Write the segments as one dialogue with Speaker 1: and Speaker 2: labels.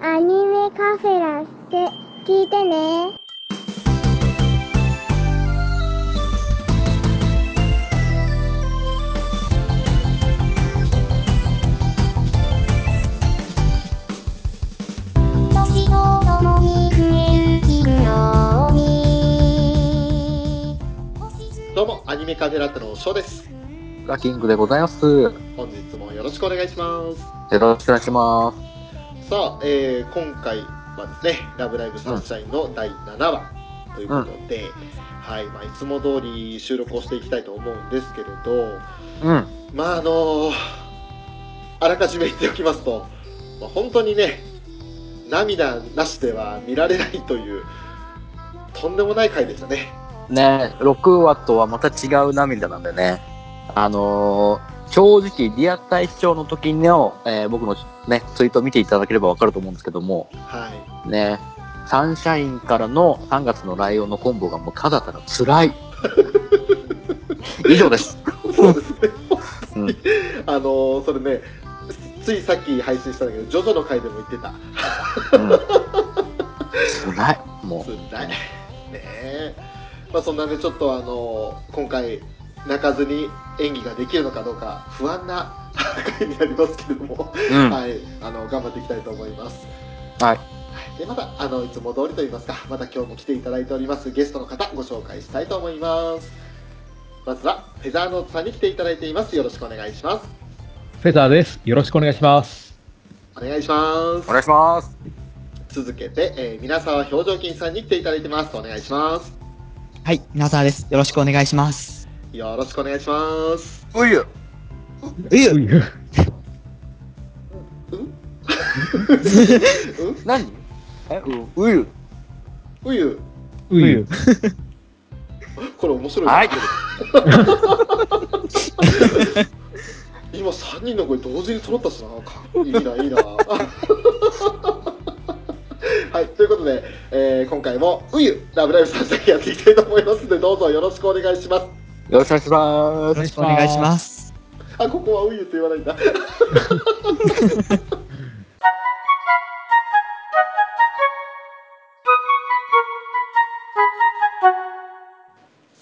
Speaker 1: アニメカフェラって聞いてね。年とともに増える企業に。
Speaker 2: どうもアニメカフェラテの翔です
Speaker 3: ラッキングでございます。よ
Speaker 2: 本日もよろしくお願いします
Speaker 3: ろしくお願いしま
Speaker 2: さあ、えー今回はですね「ラブライブサンシャイン」の第7話ということで、はいまあ、いつも通り収録をしていきたいと思うんですけれど
Speaker 3: す。うん。
Speaker 2: まああのあらかじめ言っておきますと、まあ、本当にね涙なしでは見られないというとんでもない回でしたね
Speaker 3: ね6話とはまた違う涙なんでね。あのー正直、リアタイ視聴の時の、えー僕のね、ツイートを見ていただければわかると思うんですけども、
Speaker 2: は
Speaker 3: ねサンシャインからの3月のライオンのコンボがもうただただ辛い。以上です。
Speaker 2: いそうですね
Speaker 3: うん。
Speaker 2: あのそれねついさっき配信したんだけどジョジョの回でも言ってた
Speaker 3: うん、辛い。も
Speaker 2: つらいねえ、まあ、そんなねちょっとあの今回泣かずに演技ができるのかどうか不安な回になりますけれども、
Speaker 3: う。うん。
Speaker 2: はいあの頑張っていきたいと思います
Speaker 3: はい
Speaker 2: でまたあのいつも通りといいますかまた今日も来ていただいておりますゲストの方ご紹介したいと思いますまずはフェザーノートさんに来ていただいていますよろしくお願いします
Speaker 4: フェザーです。よろしくお願いします。
Speaker 2: お願いします
Speaker 3: お願いします。
Speaker 2: 続けて、えー、皆沢表情筋さんに来ていただいてますお願いします
Speaker 5: はい、皆さんです。よろしくお願いします。
Speaker 2: よろしくお願いします
Speaker 3: ういう。
Speaker 5: え
Speaker 4: ういう
Speaker 3: 何え、うういう。
Speaker 2: うゆ、
Speaker 4: ういう
Speaker 2: これ面白いな。
Speaker 3: はい。
Speaker 2: 今3人の声同時に揃ったしな。かいいな、いいな。 はい、ということで、えー今回も、うゆ、ラブライブさんだけやっていきたいと思いますので、どうぞよろしくお願いします。
Speaker 3: よろしくお願いしま
Speaker 5: よろしくお願いします。
Speaker 2: あ、ここはうゆって言わないんだ。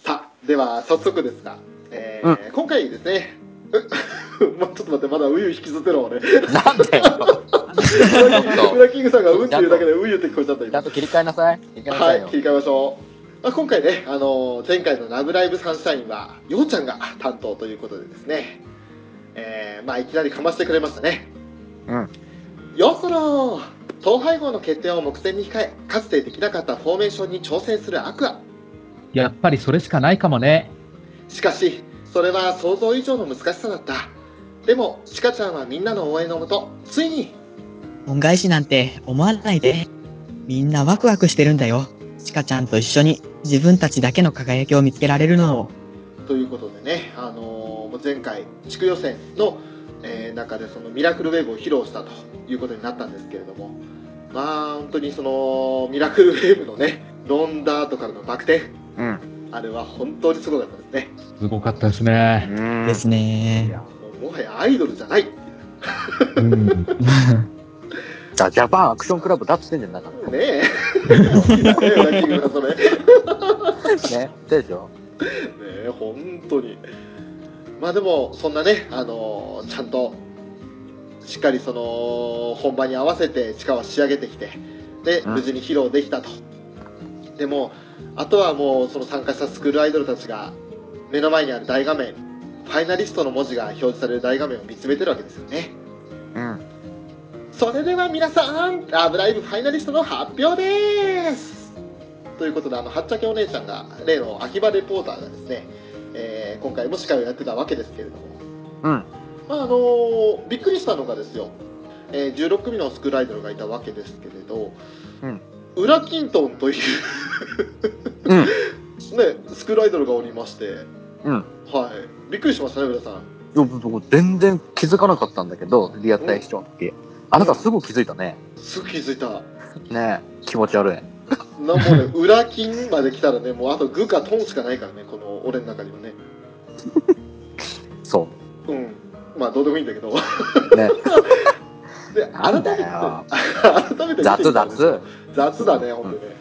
Speaker 2: さあ、では早速ですが、えー今回ですね、 うまあちょっと待って、まだうゆ引きずってるわ、俺。
Speaker 3: す。なんだよ。
Speaker 2: ブラッキングさんがうんっていうだけでうんゆって聞こえちゃった
Speaker 3: ちゃ
Speaker 2: 今
Speaker 3: んと切り替えなさい。切り替えな
Speaker 2: は
Speaker 3: さい
Speaker 2: い
Speaker 3: よ。
Speaker 2: 切り替えましょう、まあ、今回ね、あのー前回の「ラブライブサンシャイン」はようちゃんが担当ということでですねえーまあいきなりかましてくれましたね
Speaker 3: うん
Speaker 2: よそろ統廃合の決定を目前に控えかつてできなかったフォーメーションに挑戦するアクア
Speaker 4: やっぱりそれしかないかもね。
Speaker 2: しかしそれは想像以上の難しさだったでもシカちゃんはみんなの応援のもとついに
Speaker 5: 恩返しなんて思わないで。みんなワクワクしてるんだよ。シカちゃんと一緒に自分たちだけの輝きを見つけられるのを。
Speaker 2: ということでね、あのー前回地区予選の、えー中でそのミラクルウェーブを披露したということになったんですけれどもまあ本当にそのミラクルウェーブのねロンダートからのバク転
Speaker 3: うん。
Speaker 2: あれは本当にすごかったですね
Speaker 4: すごかったですね。
Speaker 3: うん
Speaker 5: ですね。
Speaker 2: もうもはやアイドルじゃないっていう
Speaker 4: うん。
Speaker 3: じゃあ、ジャパンアクションクラブだっつってんじゃなかっ
Speaker 2: ねえ好きだねラッキングがそれね
Speaker 3: た。 ね。でしょ
Speaker 2: え本当にまあでもそんなね、あのーちゃんとしっかりその本番に合わせて地下は仕上げてきてで
Speaker 3: うん
Speaker 2: 無事に披露できたと、でもあとはもうその参加したスクールアイドルたちが目の前にある大画面ファイナリストの文字が表示される大画面を見つめてるわけですよね
Speaker 3: うん。
Speaker 2: それでは皆さん「ラブライブ!」ファイナリストの発表ですということであのはっちゃけお姉ちゃんが例の秋葉レポーターがですね、えー今回も司会をやってたわけですけれども
Speaker 3: うん。
Speaker 2: まああのびっくりしたのがですよ、えー16組のスクールアイドルがいたわけですけれど、
Speaker 3: うん
Speaker 2: ウラキントンという
Speaker 3: うん。
Speaker 2: ね、スクールアイドルがおりまして、
Speaker 3: うん。
Speaker 2: はい、びっくりしましたね、皆さん。
Speaker 3: いや僕全然気づかなかったんだけど、リアタイ視聴の時。あなたすぐ気づいたね。
Speaker 2: すぐ気づいた。
Speaker 3: ね気持ち悪い。
Speaker 2: なもうね、裏金まで来たらね、もうあとグかトンしかないからね、この俺の中にはね。
Speaker 3: そ
Speaker 2: うん。まあ、どうでもいいんだけど。
Speaker 3: う。ね。
Speaker 2: で改めて
Speaker 3: なんだよ
Speaker 2: 改めて見てみたんです
Speaker 3: 雑
Speaker 2: よ
Speaker 3: 雑。
Speaker 2: 雑だね、本当にね。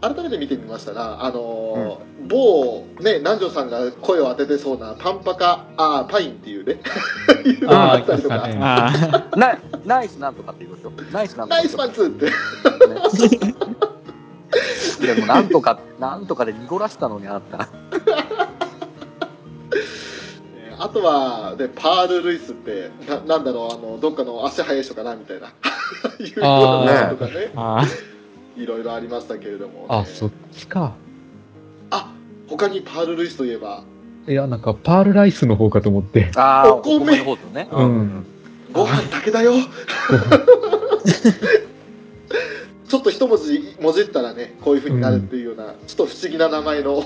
Speaker 2: 改めて見てみましたら、あのー某、ね、南條さんが声を当ててそうな、パンパカ、あーパインって いうね、いうのがあったりと
Speaker 4: あー
Speaker 2: か
Speaker 4: いまし、
Speaker 5: ああ、
Speaker 3: なナイスなんとかって言いましょう。ナイスなんとか。
Speaker 2: ナイスパンツって、
Speaker 3: ねでもなんとか、なんとかで濁らしたのにあった。
Speaker 2: えーあとは、ね、パール・ルイスって、ななんだろうあの、どっかの足早い人かなみたいな、 いうような話とかね、
Speaker 5: ああ、
Speaker 2: いろいろありましたけれども、
Speaker 4: あ、そっちか。
Speaker 2: あ他にパール・ルイスといえば、
Speaker 4: いや、なんか、パールライスの方かと思って。
Speaker 3: ああ、
Speaker 2: お米
Speaker 3: の方とね。
Speaker 4: うん。
Speaker 2: ご飯だけだよ。ちょっと一文字もじったらね、こういう風になるっていうような、ちょっと不思議な名前の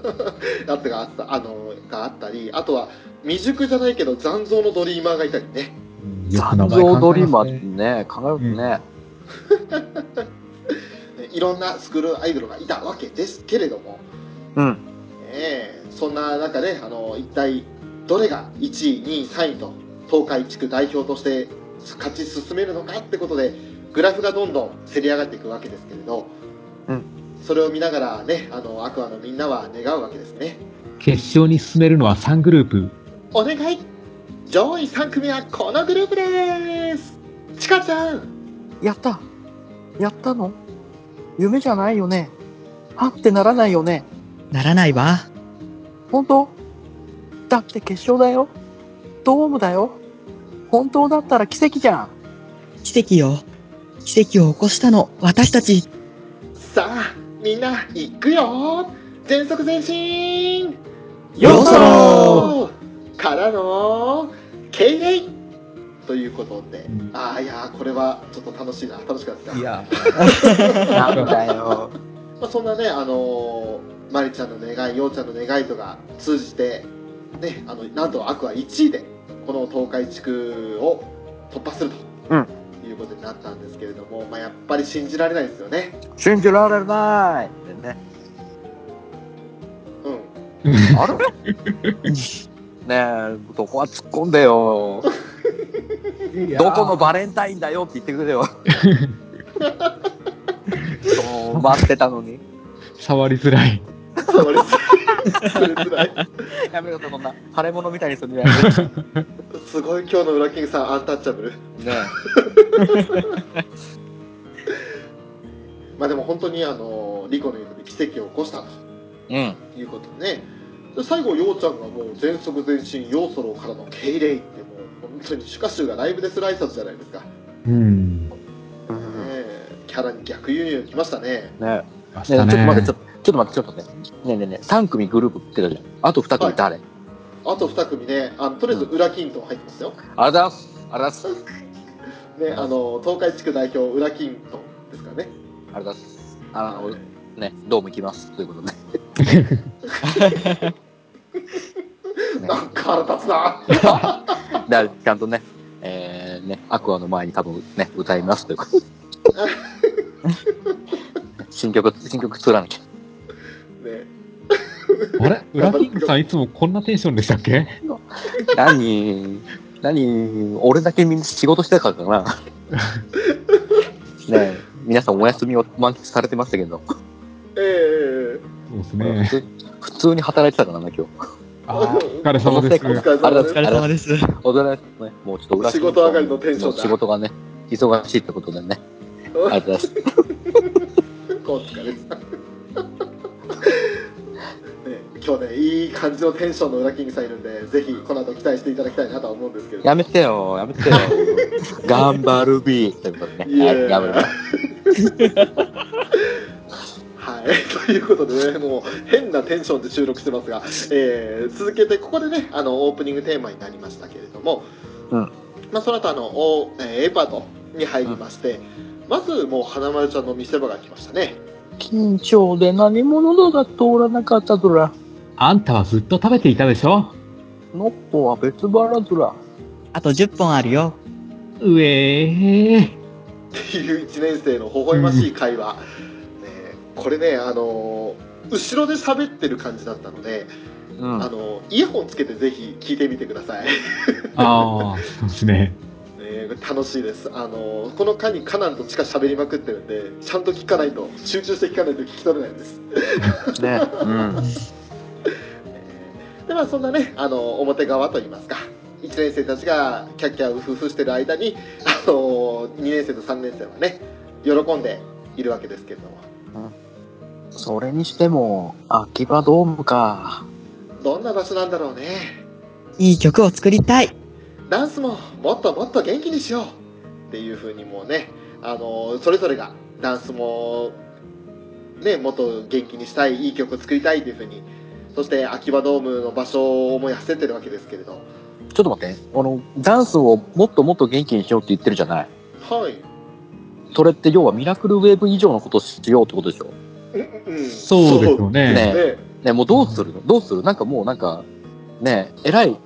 Speaker 2: やつがあった、あの、があったり、あとは未熟じゃないけど残像のドリーマーがいたりね。
Speaker 4: よく名
Speaker 3: 残
Speaker 4: 前考えますね
Speaker 3: 像ドリーマーってね、考えるとね。
Speaker 2: ねいろんなスクールアイドルがいたわけですけれども、
Speaker 3: うん。
Speaker 2: ええそんな中で、あの、一体どれが1位、2位、3位と、東海地区代表として勝ち進めるのかってことで、グラフがどんどんせり上がっていくわけですけれど、
Speaker 3: うん
Speaker 2: それを見ながらね、あの、アクアのみんなは願うわけですね。
Speaker 4: 決勝に進めるのは3グループ。
Speaker 2: お願い上位3組はこのグループですチカちゃん
Speaker 3: やったやったの夢じゃないよね。はってならないよね。
Speaker 5: ならないわ。
Speaker 3: 本当だって決勝だよ。ドームだよ。本当だったら奇跡じゃん。
Speaker 5: 奇跡よ。奇跡を起こしたの、私たち。
Speaker 2: さあ、みんな行くよ全速前進
Speaker 5: よそ
Speaker 2: ろからの、敬礼ということで、
Speaker 4: うん
Speaker 2: ああ、いやー、これはちょっと楽しいな、楽しかった。
Speaker 4: や。
Speaker 3: なんだよ。
Speaker 2: まあ、そんなね、あのー、マリちゃんの願い、ヨウちゃんの願いとか通じて、ね、あの、なんとアクア1位で、この東海地区を突破すると。
Speaker 3: うん
Speaker 2: いうことになったんですけれども、まあ、やっぱり信じられないですよね。
Speaker 3: 信じられないってね。
Speaker 2: うん。
Speaker 3: あれねえ、どこは突っ込んでよ。どこのバレンタインだよって言ってくれよ。そう待ってたのに。
Speaker 4: 触りづらい。
Speaker 2: それそれつらい。
Speaker 3: やめろとこんな腫れ物みたいにするのやめろね
Speaker 2: すごい今日の裏キングさんアンタッチャブル。まあでも本当にあのリコの言うとり奇跡を起こした
Speaker 3: え。
Speaker 2: ということでね。で最後ようちゃんがもう全速前進ヨーソロからの敬礼ってもう本当に主歌集がライブでする挨拶じゃないですか。ね
Speaker 4: うん。
Speaker 3: うん。ね
Speaker 2: えキャラに逆輸入きましたね。
Speaker 3: え。ね
Speaker 4: ま
Speaker 3: えちょっと待って、ちょっと。ちょっと待って、ちょっとね。ねえねえねえ、3組グループって言ってたじゃん。あと2組誰、
Speaker 2: あと2組ね、あのとりあえず裏キントン入ってますよ。
Speaker 3: あれだっす。あれだっす。
Speaker 2: ね、あの東海地区代表裏キントンですからね。
Speaker 3: あれだっす。あの、ね、ドーム行きます。ということで。ね
Speaker 2: なんか腹立つな。
Speaker 3: だからちゃんとね、えー、ね、アクアの前に多分ね、歌いますというか。 新曲、新曲作らなきゃ。
Speaker 2: ね、
Speaker 4: あれ裏キングさんいつもこんなテンションでしたっけ
Speaker 3: 何、何、俺だけみんな仕事してたから かな。ねえ皆さんお休みを満喫されてましたけど、
Speaker 2: ええ
Speaker 4: そうです
Speaker 3: 普
Speaker 4: ね。
Speaker 3: 通普通に働いてたからな、今日。
Speaker 4: あーお疲れ様です。
Speaker 2: お疲れ
Speaker 3: あれ
Speaker 2: 様で
Speaker 3: だ
Speaker 5: お
Speaker 2: す
Speaker 5: 疲。れ様です。
Speaker 3: お疲れ様ですね。もうちょっと裏切り
Speaker 2: 仕事上がりのテンションだ
Speaker 3: もう仕事がね、忙しいってことでね。ありがとうございます。
Speaker 2: お疲れ様ね 今日ねいい感じのテンションの裏キングさんいるんでぜひこの後期待していただきたいなとは思うんですけれど
Speaker 3: やめてよ、やめ てよ。頑張るビーということで
Speaker 2: い
Speaker 3: ね。
Speaker 2: や
Speaker 3: はい
Speaker 2: や
Speaker 3: い、や
Speaker 2: い
Speaker 3: め
Speaker 2: や
Speaker 3: る。
Speaker 2: はいという ことでねもう変なテンションで収録してますが、えー続けてここでねあのオープニングテーマになりましたけれども、
Speaker 3: うん
Speaker 2: まあ、その後あのお、えー A パートに入りまして、まずもう花丸ちゃんの見せ場が来ましたね
Speaker 3: 緊張で何者だが通らなかったずら。
Speaker 4: あんたはずっと食べていたでしょ
Speaker 3: ノッポは別腹ずら。
Speaker 5: あと10本あるよ。
Speaker 4: うえー。
Speaker 2: っていう1年生の微笑ましい会話、ねえこれね、あのー後ろで喋ってる感じだったので、
Speaker 3: う
Speaker 2: あ
Speaker 3: ん。
Speaker 2: のーイヤホンつけてぜひ聞いてみてください、ね
Speaker 4: ああ、そうですね。
Speaker 2: えね楽しいですあのこの間にカナンとチカ喋りまくってるんでちゃんと聞かないと集中して聞かないと聞き取れないです
Speaker 3: ね。うん。
Speaker 2: でまあそんなねあの表側といいますか1年生たちがキャッキャウフフしてる間にあの2年生と3年生はね喜んでいるわけですけれども
Speaker 3: それにしても、秋葉ドームか。
Speaker 2: どんな場所なんだろうね
Speaker 5: いい曲を作りたい。
Speaker 2: ダンスももっともっと元気にしようっていう風にもうね、あのそれぞれがダンスも、ね、もっと元気にしたいいい曲作りたいという風にそして秋葉ドームの場所を思い焦ってるわけですけれど
Speaker 3: ちょっと待って。あの、ダンスをもっともっと元気にしようって言ってるじゃない。
Speaker 2: はい
Speaker 3: それって要はミラクルウェーブ以上のことをしようってことでしょ。
Speaker 2: うんうん
Speaker 4: そうですよ
Speaker 3: ね
Speaker 4: ね。
Speaker 2: ね
Speaker 3: ね、もうどうするのどうするなんかもうなんか、ね、えらい、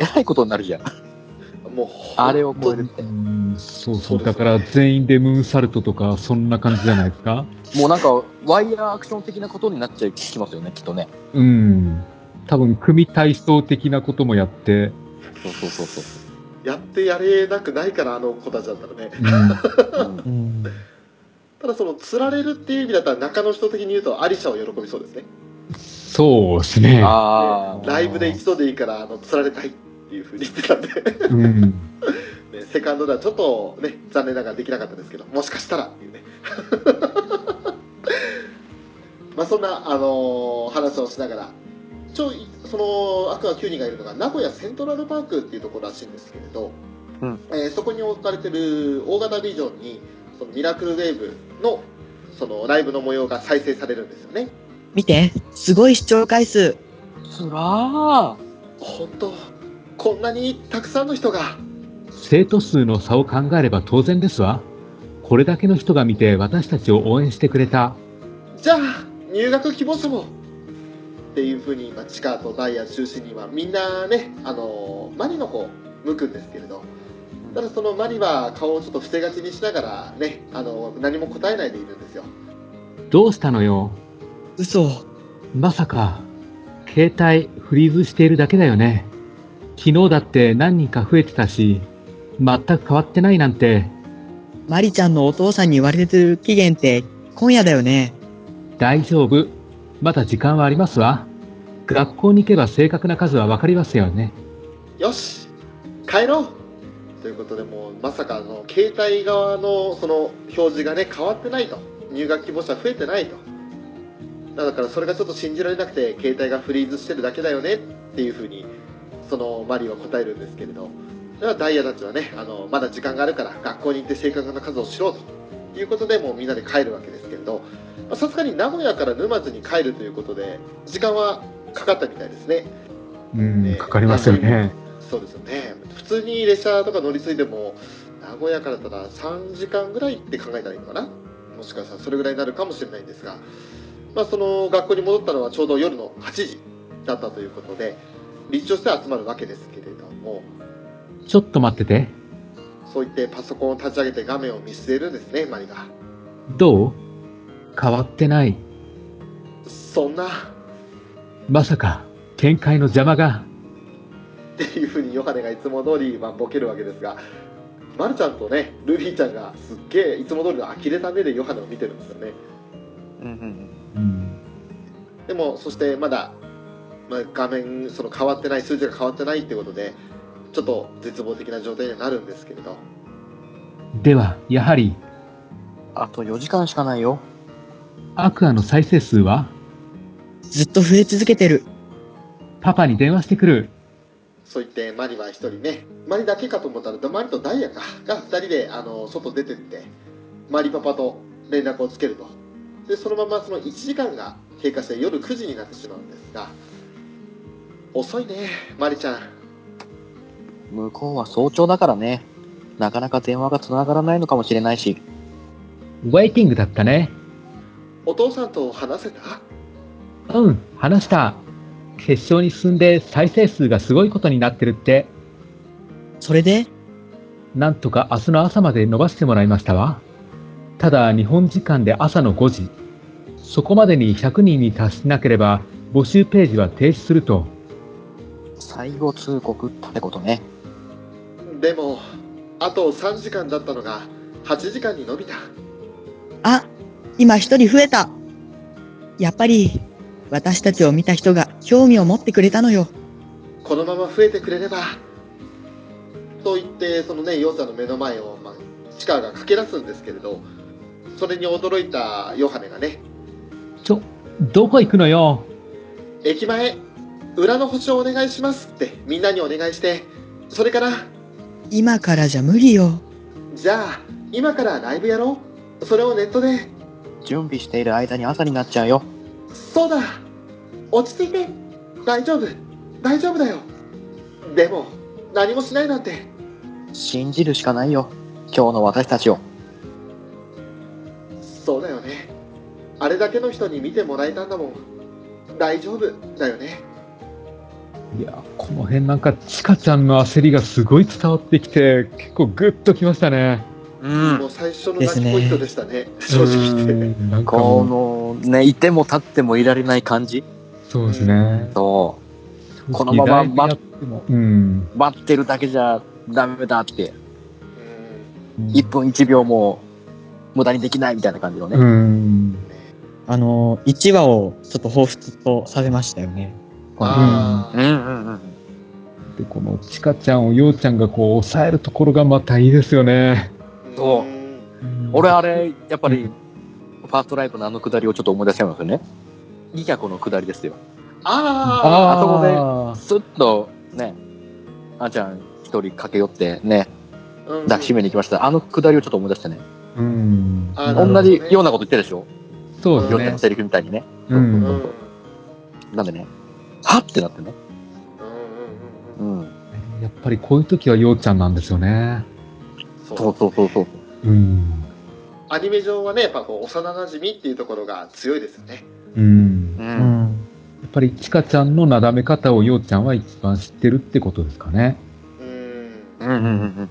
Speaker 3: えらいことになるじゃん。
Speaker 2: もう
Speaker 3: あれを超えるっ
Speaker 4: う
Speaker 3: て。
Speaker 4: んそう
Speaker 2: そ
Speaker 4: そうう
Speaker 2: ですね
Speaker 4: だから全員でムーンサルトとか、そんな感じじゃないですか。
Speaker 3: もうなんか、ワイヤーアクション的なことになっちゃいきますよね、きっとね。
Speaker 4: うん。多分、組体操的なこともやって、
Speaker 3: そうそうそうそう。
Speaker 2: やってやれなくないからあの子たちだったらね
Speaker 4: う
Speaker 3: うん
Speaker 4: ん、
Speaker 5: うん。
Speaker 2: ただその釣られるっていう意味だったら中の人的に言うとアリシャを喜びそうですね
Speaker 4: そうですね。
Speaker 3: ああ。
Speaker 2: ライブで一度でいいからあの釣られたいっていう風に言ってたんで
Speaker 4: うん。
Speaker 2: ね、セカンドではちょっとね残念ながらできなかったですけどもしかしたらっていうね まあそんな、あのー話をしながらちょいそのアクア9人がいるのが名古屋セントラルパークっていうところらしいんですけれど、
Speaker 3: うん
Speaker 2: えーそこに置かれてる大型ビジョンにそのミラクルウェーブのそのライブの模様が再生されるんですよね
Speaker 5: 見て、すごい視聴回数。
Speaker 3: つらー。
Speaker 2: 本当こんなにたくさんの人が
Speaker 4: 生徒数の差を考えれば当然ですわ。これだけの人が見て私たちを応援してくれた。
Speaker 2: じゃあ入学希望者もっていうふうに今チカとダイヤ中心にはみんなねあのマリの方向くんですけれどただそのマリは顔をちょっと伏せがちにしながらねあの何も答えないでいるんですよ
Speaker 4: どうしたのよ
Speaker 5: 嘘。
Speaker 4: まさか、携帯フリーズしているだけだよね。昨日だって何人か増えてたし、全く変わってないなんて、
Speaker 5: マリちゃんのお父さんに言われてる期限って今夜だよね。
Speaker 4: 大丈夫。まだ時間はありますわ。学校に行けば正確な数はわかりますよね。
Speaker 2: よし帰ろうということでもうまさかあの携帯側のその表示がね変わってないと入学希望者増えてないとだからそれがちょっと信じられなくて携帯がフリーズしてるだけだよねっていうふうにそのマリーは答えるんですけれどだからダイヤたちはねあのまだ時間があるから学校に行って正確な数を知ろうということでもうみんなで帰るわけですけれどまあさすがに名古屋から沼津に帰るということで時間はかかったみたいですね
Speaker 4: う
Speaker 2: ね
Speaker 4: ん、かかりますよね。
Speaker 2: そうですよね普通に列車とか乗り継いでも名古屋からだったら3時間ぐらいって考えたらいいのかなもしかしたらそれぐらいになるかもしれないんですが、まあ、その学校に戻ったのはちょうど夜の8時だったということで立地として集まるわけですけれども
Speaker 4: ちょっと待ってて。
Speaker 2: そう言ってパソコンを立ち上げて画面を見据えるんですねマリが
Speaker 4: どう変わってない。
Speaker 2: そんなっ
Speaker 4: まさか、見解の邪魔が。
Speaker 2: ていうふうにヨハネがいつも通りまあボケるわけですがマルちゃんとねルビーちゃんがすっげえいつも通りの呆れた目でヨハネを見てるんですよね
Speaker 3: うんうん
Speaker 4: うん、
Speaker 2: でもそしてまだ、まあ、画面その変わってない数字が変わってないってことでちょっと絶望的な状態にはなるんですけれど
Speaker 4: では、やはり、
Speaker 3: あと4時間しかないよ。
Speaker 4: アクアの再生数は
Speaker 5: ずっと増え続けてる。
Speaker 4: パパに電話してくる。
Speaker 2: そう言ってマリは一人ねマリだけかと思ったらマリとダイヤかが2人であの外出てってマリパパと連絡をつけるとでそのままその1時間が経過して夜9時になってしまうんですが遅いねマリちゃん
Speaker 3: 向こうは早朝だからね。なかなか電話が繋がらないのかもしれないし。
Speaker 4: ウェイティングだったね。
Speaker 2: お父さんと話せた
Speaker 4: うん、話した。決勝に進んで再生数がすごいことになってるって、
Speaker 5: それで
Speaker 4: なんとか明日の朝まで伸ばしてもらいましたわ。ただ、日本時間で朝の5時。そこまでに100人に達しなければ、募集ページは停止すると。
Speaker 3: 最後通告ってことね。
Speaker 2: でもあと3時間だったのが8時間に伸びた
Speaker 5: あ、今一人増えた。やっぱり、私たちを見た人が興味を持ってくれたのよ。
Speaker 2: このまま増えてくれればと言ってそのねヨウさんの目の前を、まあ、チカが駆け出すんですけれどそれに驚いたヨハネがね
Speaker 4: ちょ、どこ行くのよ
Speaker 2: 駅前裏の星をお願いしますってみんなにお願いしてそれから
Speaker 5: 今からじゃ無理よ。
Speaker 2: じゃあ今からライブやろうそれをネットで
Speaker 3: 準備している間に朝になっちゃうよ。
Speaker 2: そうだ落ち着いて大丈夫大丈夫だよでも何もしないなんて
Speaker 3: 信じるしかないよ。今日の私たちを。
Speaker 2: そうだよねあれだけの人に見てもらえたんだもん大丈夫だよね
Speaker 4: いや、この辺なんか、チカちゃんの焦りがすごい伝わってきて、結構グッときましたね。
Speaker 3: う。
Speaker 2: もうん最初の泣きポイントでしたね、正直言って。
Speaker 4: うんなんかもう
Speaker 3: この、ね、いても立ってもいられない感じ
Speaker 4: そうですね。
Speaker 3: そこのまま
Speaker 4: ライブやってもうん。
Speaker 3: う。待ってるだけじゃダメだって。
Speaker 2: うん
Speaker 3: 1分1秒も無駄にできないみたいな感じのね。
Speaker 4: うん。
Speaker 5: あの、1話をちょっと彷彿とされましたよね。
Speaker 2: あー
Speaker 3: んうんうん。
Speaker 4: で、このチカちゃんをヨウちゃんがこう、抑えるところがまたいいですよね。
Speaker 2: うん
Speaker 3: そう俺あれ、やっぱり、
Speaker 4: う
Speaker 3: ファーストライブのあのくだりをちょっと思い出しちゃいますよね。ギャコのくだりですよ。
Speaker 2: あ
Speaker 3: あそこで
Speaker 4: こ
Speaker 3: スッと、ね、あーちゃん一人駆け寄ってね、
Speaker 2: ーうん
Speaker 3: 抱きしめに行きました。あのくだりをちょっと思い出してね。
Speaker 4: で、うん。
Speaker 2: あなるほど
Speaker 3: 同
Speaker 2: ね
Speaker 3: じようなこと言ってるでしょ
Speaker 4: そうで
Speaker 3: ヨウちゃ
Speaker 4: す
Speaker 3: ん
Speaker 4: ね
Speaker 3: の。セリフみたいにね。
Speaker 4: う
Speaker 2: うん
Speaker 4: ん。
Speaker 2: うん
Speaker 3: なんでね、はってなってね。
Speaker 2: うんう
Speaker 3: うんん。
Speaker 4: やっぱりこういう時はヨウちゃんなんですよね。
Speaker 2: そ
Speaker 3: そううそうそうそう。
Speaker 4: うん。
Speaker 2: アニメ上はね、やっぱこう幼馴染みっていうところが強いですよね。
Speaker 4: うん。
Speaker 3: う
Speaker 4: や
Speaker 3: ん。
Speaker 4: っぱりチカちゃんのなだめ方をヨウちゃんは一番知ってるってことですかね。
Speaker 2: うん
Speaker 3: うんうんうん
Speaker 2: ま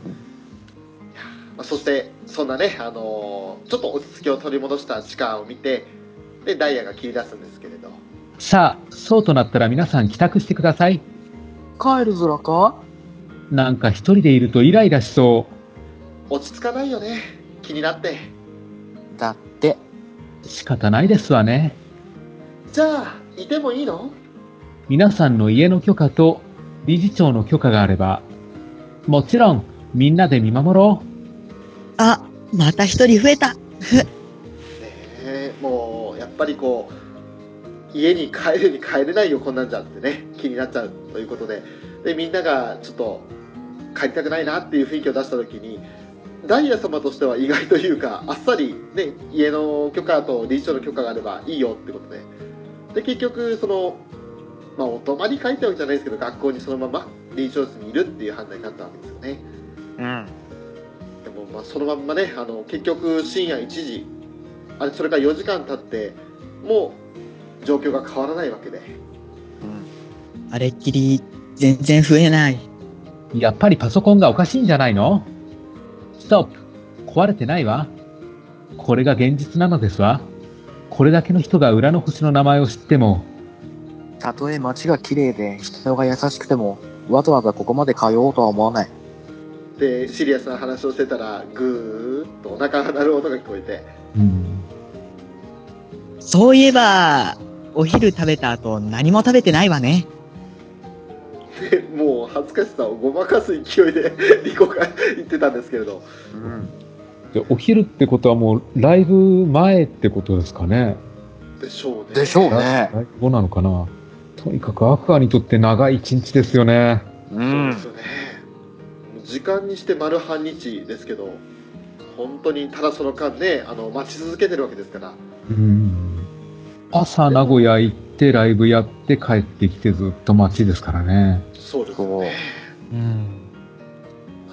Speaker 2: あ、そして、そんなね、あのーちょっと落ち着きを取り戻したチカを見て、で、ダイヤが切り出すんですけれど、
Speaker 4: さあ、そうとなったら皆さん帰宅してください。
Speaker 3: うん。帰るぞらか
Speaker 4: なんか一人でいるとイライラしそ
Speaker 2: 落ち着かないよね、気になって。
Speaker 3: だって、
Speaker 4: う。仕方ないですわね。
Speaker 2: じゃあ、いてもいいの
Speaker 4: 皆さんの家の許可と理事長の許可があれば、もちろんみんなで見守ろ
Speaker 5: あ、また一人増えた。
Speaker 2: ねえもうやっぱりこう家に帰るに帰れないよこんなんじゃってね気になっちゃうということででみんながちょっと帰りたくないなっていう雰囲気を出した時にダイヤ様としては意外というかあっさり、ね、家の許可と理事長の許可があればいいよってことでで結局その、まあ、お泊まり書いてわけじゃないですけど学校にそのまま理事長室にいるっていう判断になったわけですよね。
Speaker 3: うん。
Speaker 2: でもまあそのまんまねあの結局深夜1時あれそれから4時間経ってもう状況が変わらないわけで
Speaker 5: あれっきり、全然増えない。
Speaker 4: う。やっぱりパソコンがおかしいんじゃないのストップ。壊れてないわ。これが現実なのですわ。これだけの人が裏の星の名前を知っても、
Speaker 3: たとえ街が綺麗で人が優しくても、わざわざここまで通おうとは思わない。
Speaker 2: でシリアスな話をしてたらぐーっとお腹が鳴る音が聞こえて
Speaker 4: うん。
Speaker 5: そういえば、お昼食べた後何も食べてないわね。
Speaker 2: でもう恥ずかしさをごまかす勢いで リコが言ってたんですけれど
Speaker 3: うん。
Speaker 4: で、お昼ってことはもうライブ前ってことですかね。
Speaker 2: でしょうね
Speaker 3: でしょうね。
Speaker 4: ライブ後なのかな。とにかくアクアにとって長い一日ですよね。
Speaker 3: う
Speaker 2: そうで
Speaker 3: ん
Speaker 2: す。よねもう時間にして丸半日ですけど本当にただその間ねあの待ち続けてるわけですから
Speaker 4: うん朝名古屋行ってライブやって帰ってきてずっと街ですからね。
Speaker 2: そうですよ
Speaker 3: そう
Speaker 2: ね。
Speaker 5: うん。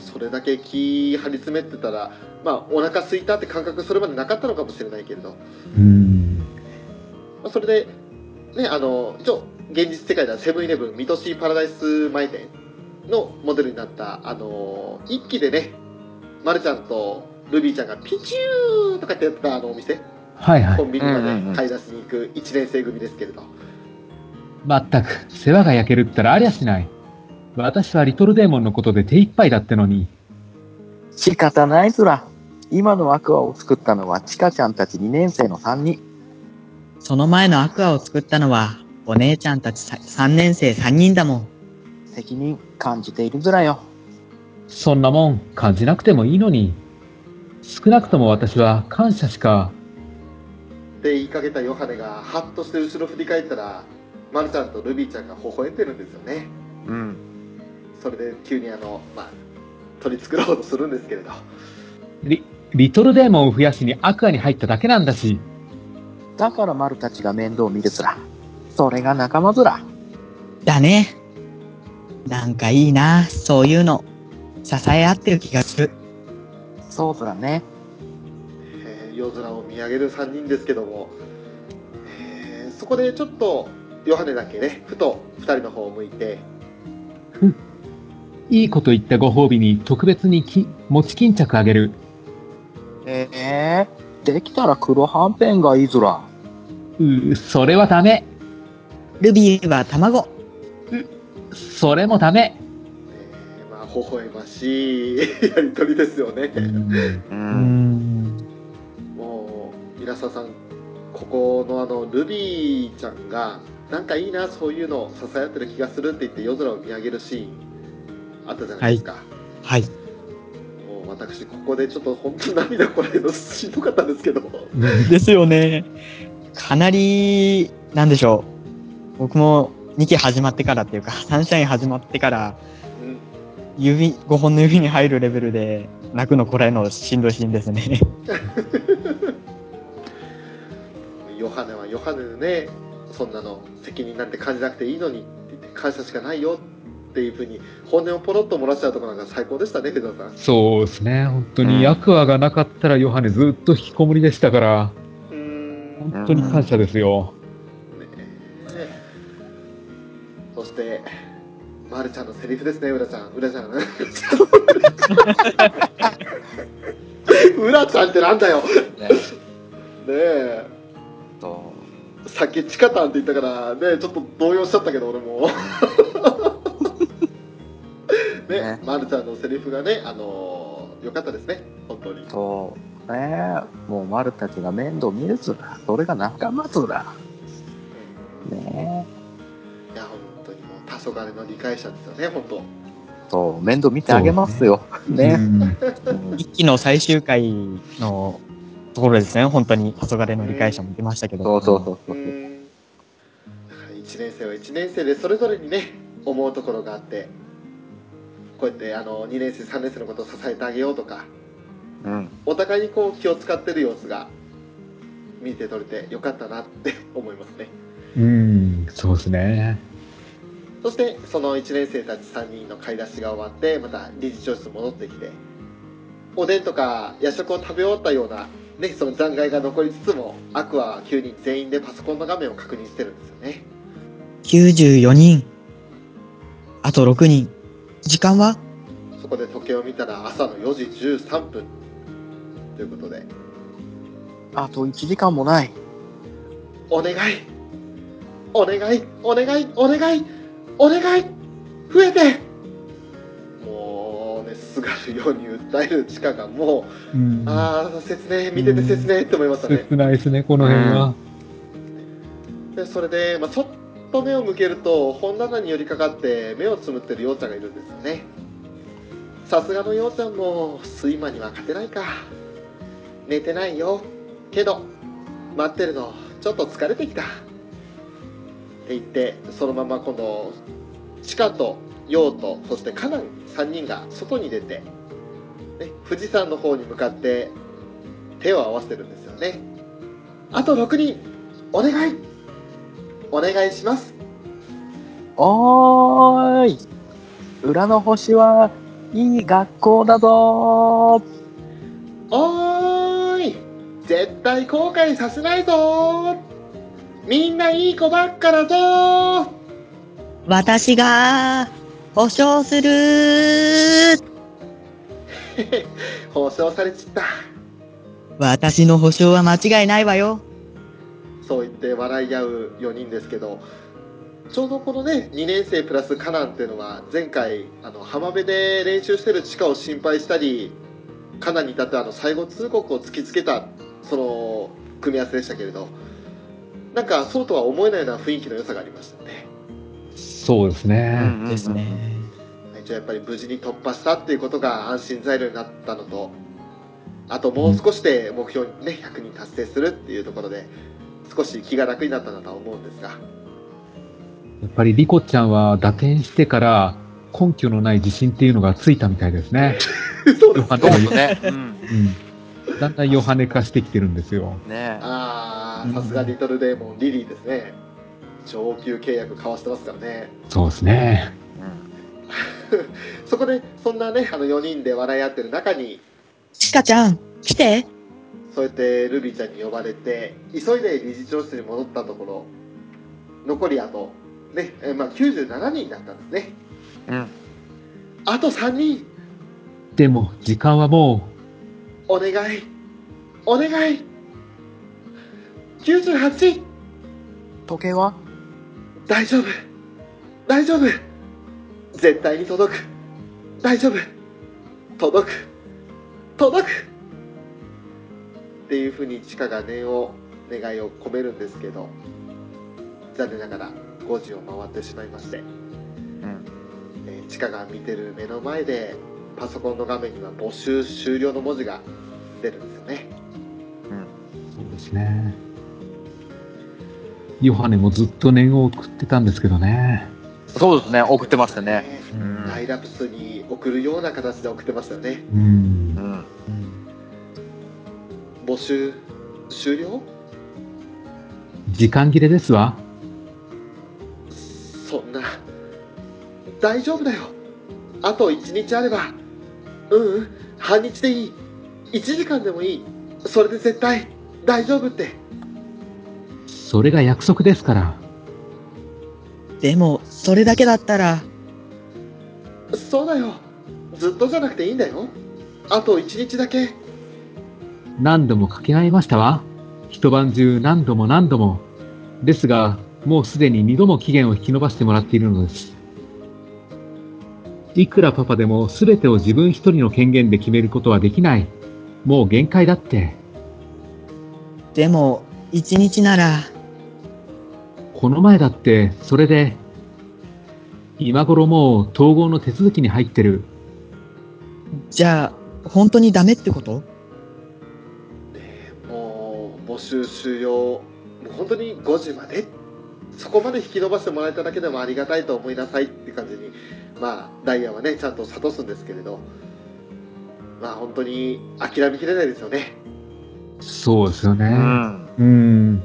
Speaker 2: それだけ気張り詰めてたら、まあ、お腹空いたって感覚それまでなかったのかもしれないけれど、ま
Speaker 4: うん。
Speaker 2: あ、それで、ね、あの一応現実世界ではセブンイレブン水戸市パラダイス前店のモデルになったあの一期でね、ま、るちゃんとルビーちゃんがピチューとかってやってたあのお店
Speaker 4: はいは
Speaker 2: コ
Speaker 4: い。
Speaker 2: ンビニま
Speaker 3: うんうんうん
Speaker 2: で買い出しに行く1年生組ですけれど、
Speaker 4: まったく、世話が焼けるったらありゃしない。私はリトルデーモンのことで手一杯だってのに。
Speaker 3: 仕方ないずら。今のアクアを作ったのはチカちゃんたち2年生の3人。
Speaker 5: その前のアクアを作ったのは、お姉ちゃんたちさ3年生3人だもん。
Speaker 3: 責任感じているずらよ。
Speaker 4: そんなもん感じなくてもいいのに。少なくとも私は感謝しか、
Speaker 2: って言いかけたヨハネがハッとして後ろ振り返ったらマルちゃんとルビーちゃんが微笑んでるんですよね
Speaker 3: うん。
Speaker 2: それで急にあのまあ取り繕おうとするんですけれど
Speaker 4: リ、リトルデーモンを増やしにアクアに入っただけなんだし。
Speaker 3: だから丸たちが面倒を見るずら。それが仲間ずら。
Speaker 5: だね。なんかいいな、そういうの。支え合ってる気がする。
Speaker 3: そうずらね。
Speaker 2: えー夜空を見上げる3人ですけども、えーそこでちょっとヨハネだけねふと2人の方を向いて
Speaker 4: いいこと言ったご褒美に特別にき餅巾着あげる。
Speaker 3: ええできたら黒はんぺんがいいずら。
Speaker 4: うー、それはダメ。
Speaker 5: ルビーは卵。
Speaker 4: それもダメ。
Speaker 2: えーまあ微笑ましい やり取りですよね、
Speaker 3: う
Speaker 5: うー。ん。
Speaker 2: もう平沢さんここのあのルビーちゃんがなんかいいなそういうの支え合ってる気がするって言って夜空を見上げるシーンあったじゃないですか、
Speaker 5: はい。
Speaker 2: もう私ここでちょっと本当に涙こらえるのしんどかったんですけど
Speaker 5: ですよね。かなり、なんでしょう。僕も2期始まってからっていうか、サンシャイン始まってから、
Speaker 2: うん
Speaker 5: 指、5本の指に入るレベルで、泣くのこらえるのしんどいシーンですね。
Speaker 2: ヨハネはヨハネでねそんなの責任なんて感じなくていいのにって言って感謝しかないよっていうふうに本音をポロッと漏らしちゃうところが最高でしたね藤田さん
Speaker 4: そうですね。本当に、
Speaker 3: うん
Speaker 4: アクアがなかったらヨハネずっと引きこもりでしたから、
Speaker 2: うーんね
Speaker 4: 本当に感謝ですよ。
Speaker 2: そしてまるちゃんのセリフですね浦ちゃん浦ちゃん 浦ちゃんってなんだよね
Speaker 3: ね、
Speaker 2: え
Speaker 3: そ
Speaker 2: さっきチカタンって言ったからねちょっと動揺しちゃったけど俺 もね
Speaker 3: ね
Speaker 2: マルちゃんのセリフがねあのー、よかったですね本当に
Speaker 3: う。そう。ねえ。もう丸たちが面倒見るずら。それが仲間ずら。ね
Speaker 2: いや本当にもう黄昏の理解者ですよね本当
Speaker 3: え。そう。面倒見てあげますよ。ね
Speaker 4: うん
Speaker 3: うん
Speaker 5: 1期の最終回のところですね、本当に、黄昏の理解者も出ましたけど。
Speaker 3: そうそうそうそうう。
Speaker 2: んだから1年生は1年生でそれぞれにね思うところがあってこうやってあの2年生3年生のことを支えてあげようとか
Speaker 3: うん。
Speaker 2: お互いにこう気を使ってる様子が見て取れてよかったなって思いますね
Speaker 4: うん、そうですね。
Speaker 2: そしてその1年生たち3人の買い出しが終わってまた理事長室に戻ってきておでんとか夜食を食べ終わったような、ね、その残骸が残りつつもアクアは9人全員でパソコンの画面を確認してるんですよね
Speaker 5: 94人。あと6人。時間は
Speaker 2: そこで時計を見たら朝の4時13分ということで
Speaker 3: あと1時間もない。
Speaker 2: お願いお願いお願いお願いお願い増えてもうねすがるように訴える地下がもう
Speaker 4: うん。
Speaker 2: ああ切ね見てて切ねって思いましたね
Speaker 4: 切ないですね、この辺は。
Speaker 2: でそれで、まあ、ちょっと目を向けると本棚に寄りかかって目をつむってるようちゃんがいるんですよねさすがのようちゃんも睡魔には勝てないか寝てないよけど待ってるのちょっと疲れてきたって言ってそのまま今度チカとヨウとそしてカナン3人が外に出て、ね、富士山の方に向かって手を合わせてるんですよねあと6人お願いお願いします
Speaker 3: おーい裏の星はいい学校だぞー
Speaker 2: おーい絶対後悔させないぞーみんないい子ばっかだぞー
Speaker 5: 私が、保証する
Speaker 2: 放送されちった
Speaker 5: 私の保証は間違いないわよ。
Speaker 2: そう言って笑い合う4人ですけどちょうどこのね2年生プラスカナンっていうのは前回あの浜辺で練習してる地下を心配したりカナに至ってはあの最後通告を突きつけたその組み合わせでしたけれどなんかそうとは思えないような雰囲気の良さがありましたね
Speaker 4: そうですね。
Speaker 5: ですね。
Speaker 2: 一応やっぱり無事に突破したっていうことが安心材料になったのとあともう少しで目標にね100人達成するっていうところで少し気が楽になったなとは思うんですが
Speaker 4: やっぱりリコちゃんは打点してから根拠のない自信っていうのがついたみたいですね。
Speaker 2: そう
Speaker 4: ヨ
Speaker 2: です
Speaker 4: ハ
Speaker 3: どう
Speaker 4: ネ
Speaker 3: もね。うん。
Speaker 4: うん。だんだんヨハネ化してきてるんですよ。
Speaker 3: ね
Speaker 2: ああさすがリトルデーモンリリーですね上級契約交わしてますからね
Speaker 4: そうですね。
Speaker 3: うん。
Speaker 2: そこでそんなねあの4人で笑い合ってる中に
Speaker 5: シカちゃん、来て
Speaker 2: そうやってルビーちゃんに呼ばれて急いで理事長室に戻ったところ残りあとねえーまあ97人だったんですね
Speaker 3: うん。
Speaker 2: あと3人
Speaker 4: でも、時間はも
Speaker 2: お願いお願い98
Speaker 3: 時計は
Speaker 2: 大丈夫大丈夫絶対に届く大丈夫届く届くっていうふうに地下が念を願いを込めるんですけど残念ながら5時を回ってしまいまして、
Speaker 3: ん
Speaker 2: えー地下が見てる目の前でパソコンの画面には募集終了の文字が出るんですよね
Speaker 4: う、そうですね。ヨハネもずっと念を送ってたんですけどね。
Speaker 3: そうですね送ってましたねうん
Speaker 2: ライラプスに送るような形で送ってましたよね
Speaker 4: う。
Speaker 3: うんん。
Speaker 2: 募集終了
Speaker 4: 時間切れですわ。
Speaker 2: そんな大丈夫だよあと1日あればううん半日でいい1時間でもいいそれで絶対大丈夫って
Speaker 4: それが約束ですから。
Speaker 5: でも、それだけだったら、
Speaker 2: そうだよずっとじゃなくていいんだよあと1日だけ
Speaker 4: 何度も掛け合いましたわ。一晩中何度も何度も。ですが、もうすでに二度も期限を引き延ばしてもらっているのです。いくらパパでも全てを自分一人の権限で決めることはできない。もう限界だって。
Speaker 5: でも、一日なら、
Speaker 4: この前だって、それで、今頃もう統合の手続きに入ってる。
Speaker 5: じゃあ、本当にダメってこと
Speaker 2: もう募集終了もう本当に5時までそこまで引き延ばしてもらえただけでもありがたいと思いなさいって感じにまあダイヤはねちゃんと諭すんですけれどまあ本当に諦めきれないですよね
Speaker 4: そうですよね。
Speaker 3: うん。
Speaker 4: うん。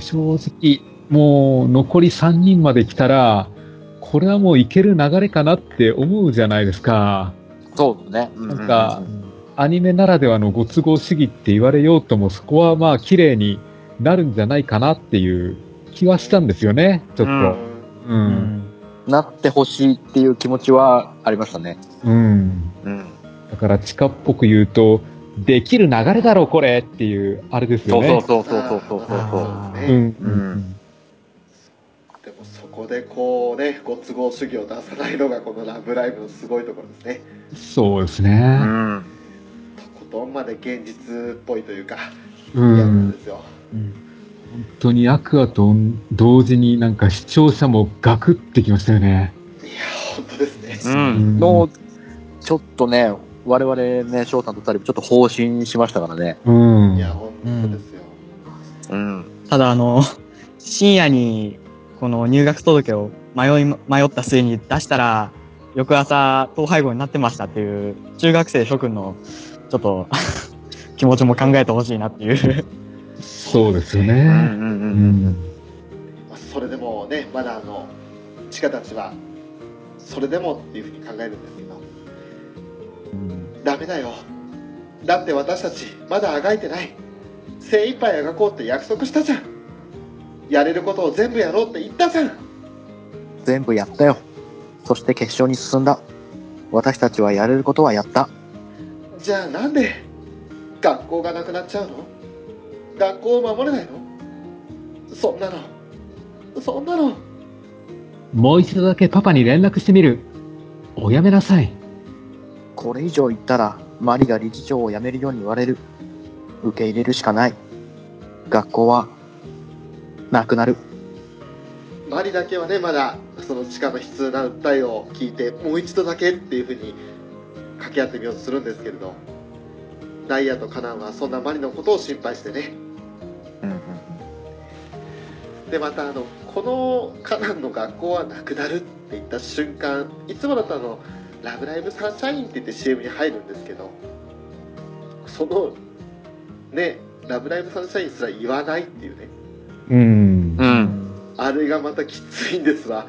Speaker 4: 正直、もう残り3人まで来たら、これはもういける流れかなって思うじゃないですか。
Speaker 3: そうだね。う
Speaker 4: なんか
Speaker 3: う
Speaker 4: アニメならではのご都合主義って言われようとも、そこはまあ綺麗になるんじゃないかなっていう気はしたんですよね、ちょっと。う。。
Speaker 5: うん
Speaker 3: なってほしいっていう気持ちはありましたね。
Speaker 4: うん。
Speaker 3: うん。
Speaker 4: だから地下っぽく言うと、できる流れだろ、これっていう、あれです
Speaker 3: そ
Speaker 4: よ
Speaker 3: う
Speaker 4: ね。
Speaker 3: そうそうそうそうそうそう
Speaker 2: あー
Speaker 4: う
Speaker 2: ね
Speaker 4: ん。うん。
Speaker 2: でもそこでこうねご都合主義を出さないのがこの「ラブライブ!」のすごいところですね
Speaker 4: そうですね。
Speaker 3: うん。
Speaker 2: とことんまで現実っぽいというか
Speaker 4: う
Speaker 2: リア
Speaker 4: ん
Speaker 2: ルですよ、
Speaker 4: 本当にアクアと同時になんか視聴者もガクってきましたよね。
Speaker 2: いや本当ですね
Speaker 3: うん。の、ちょっとね、我々ね、翔さんと二人、ちょっと方針しましたからね。
Speaker 4: うん。
Speaker 2: いや本当ですよ、
Speaker 3: うん。
Speaker 5: ただ、あの、深夜に、この入学届を迷い、迷った末に出したら、翌朝、統廃合になってましたっていう、中学生諸君の、ちょっと、 気持ちも考えてほしいなっていう。
Speaker 4: そうですよ
Speaker 3: う
Speaker 4: ね。
Speaker 3: ん
Speaker 4: う
Speaker 3: うん。
Speaker 4: ん。
Speaker 2: まあ、それでもねまだあの地下たちはそれでもっていうふうに考えるんですけどダメだよだって私たちまだあがいてない精一杯あがこうって約束したじゃんやれることを全部やろうって言ったじゃん
Speaker 3: 全部やったよ。そして決勝に進んだ。私たちはやれることはやった。
Speaker 2: じゃあなんで学校がなくなっちゃうの学校を守れないのそんなのそんなの
Speaker 4: もう一度だけパパに連絡してみる。おやめなさい。
Speaker 3: これ以上言ったらマリが理事長を辞めるように言われる。受け入れるしかない。学校は、なくなる。
Speaker 2: マリだけはねまだその地下の悲痛な訴えを聞いてもう一度だけっていうふうに掛け合ってみようとするんですけれどダイヤとカナンはそんなマリのことを心配してね
Speaker 3: うんうん
Speaker 2: でまたあのこのカナンの学校はなくなるって言った瞬間いつもだとあの「ラブライブサンシャイン」って言って CM に入るんですけどそのね「ラブライブサンシャイン」すら言わないっていうね
Speaker 4: うん
Speaker 3: う。ん。
Speaker 2: あれがまたきついんですわ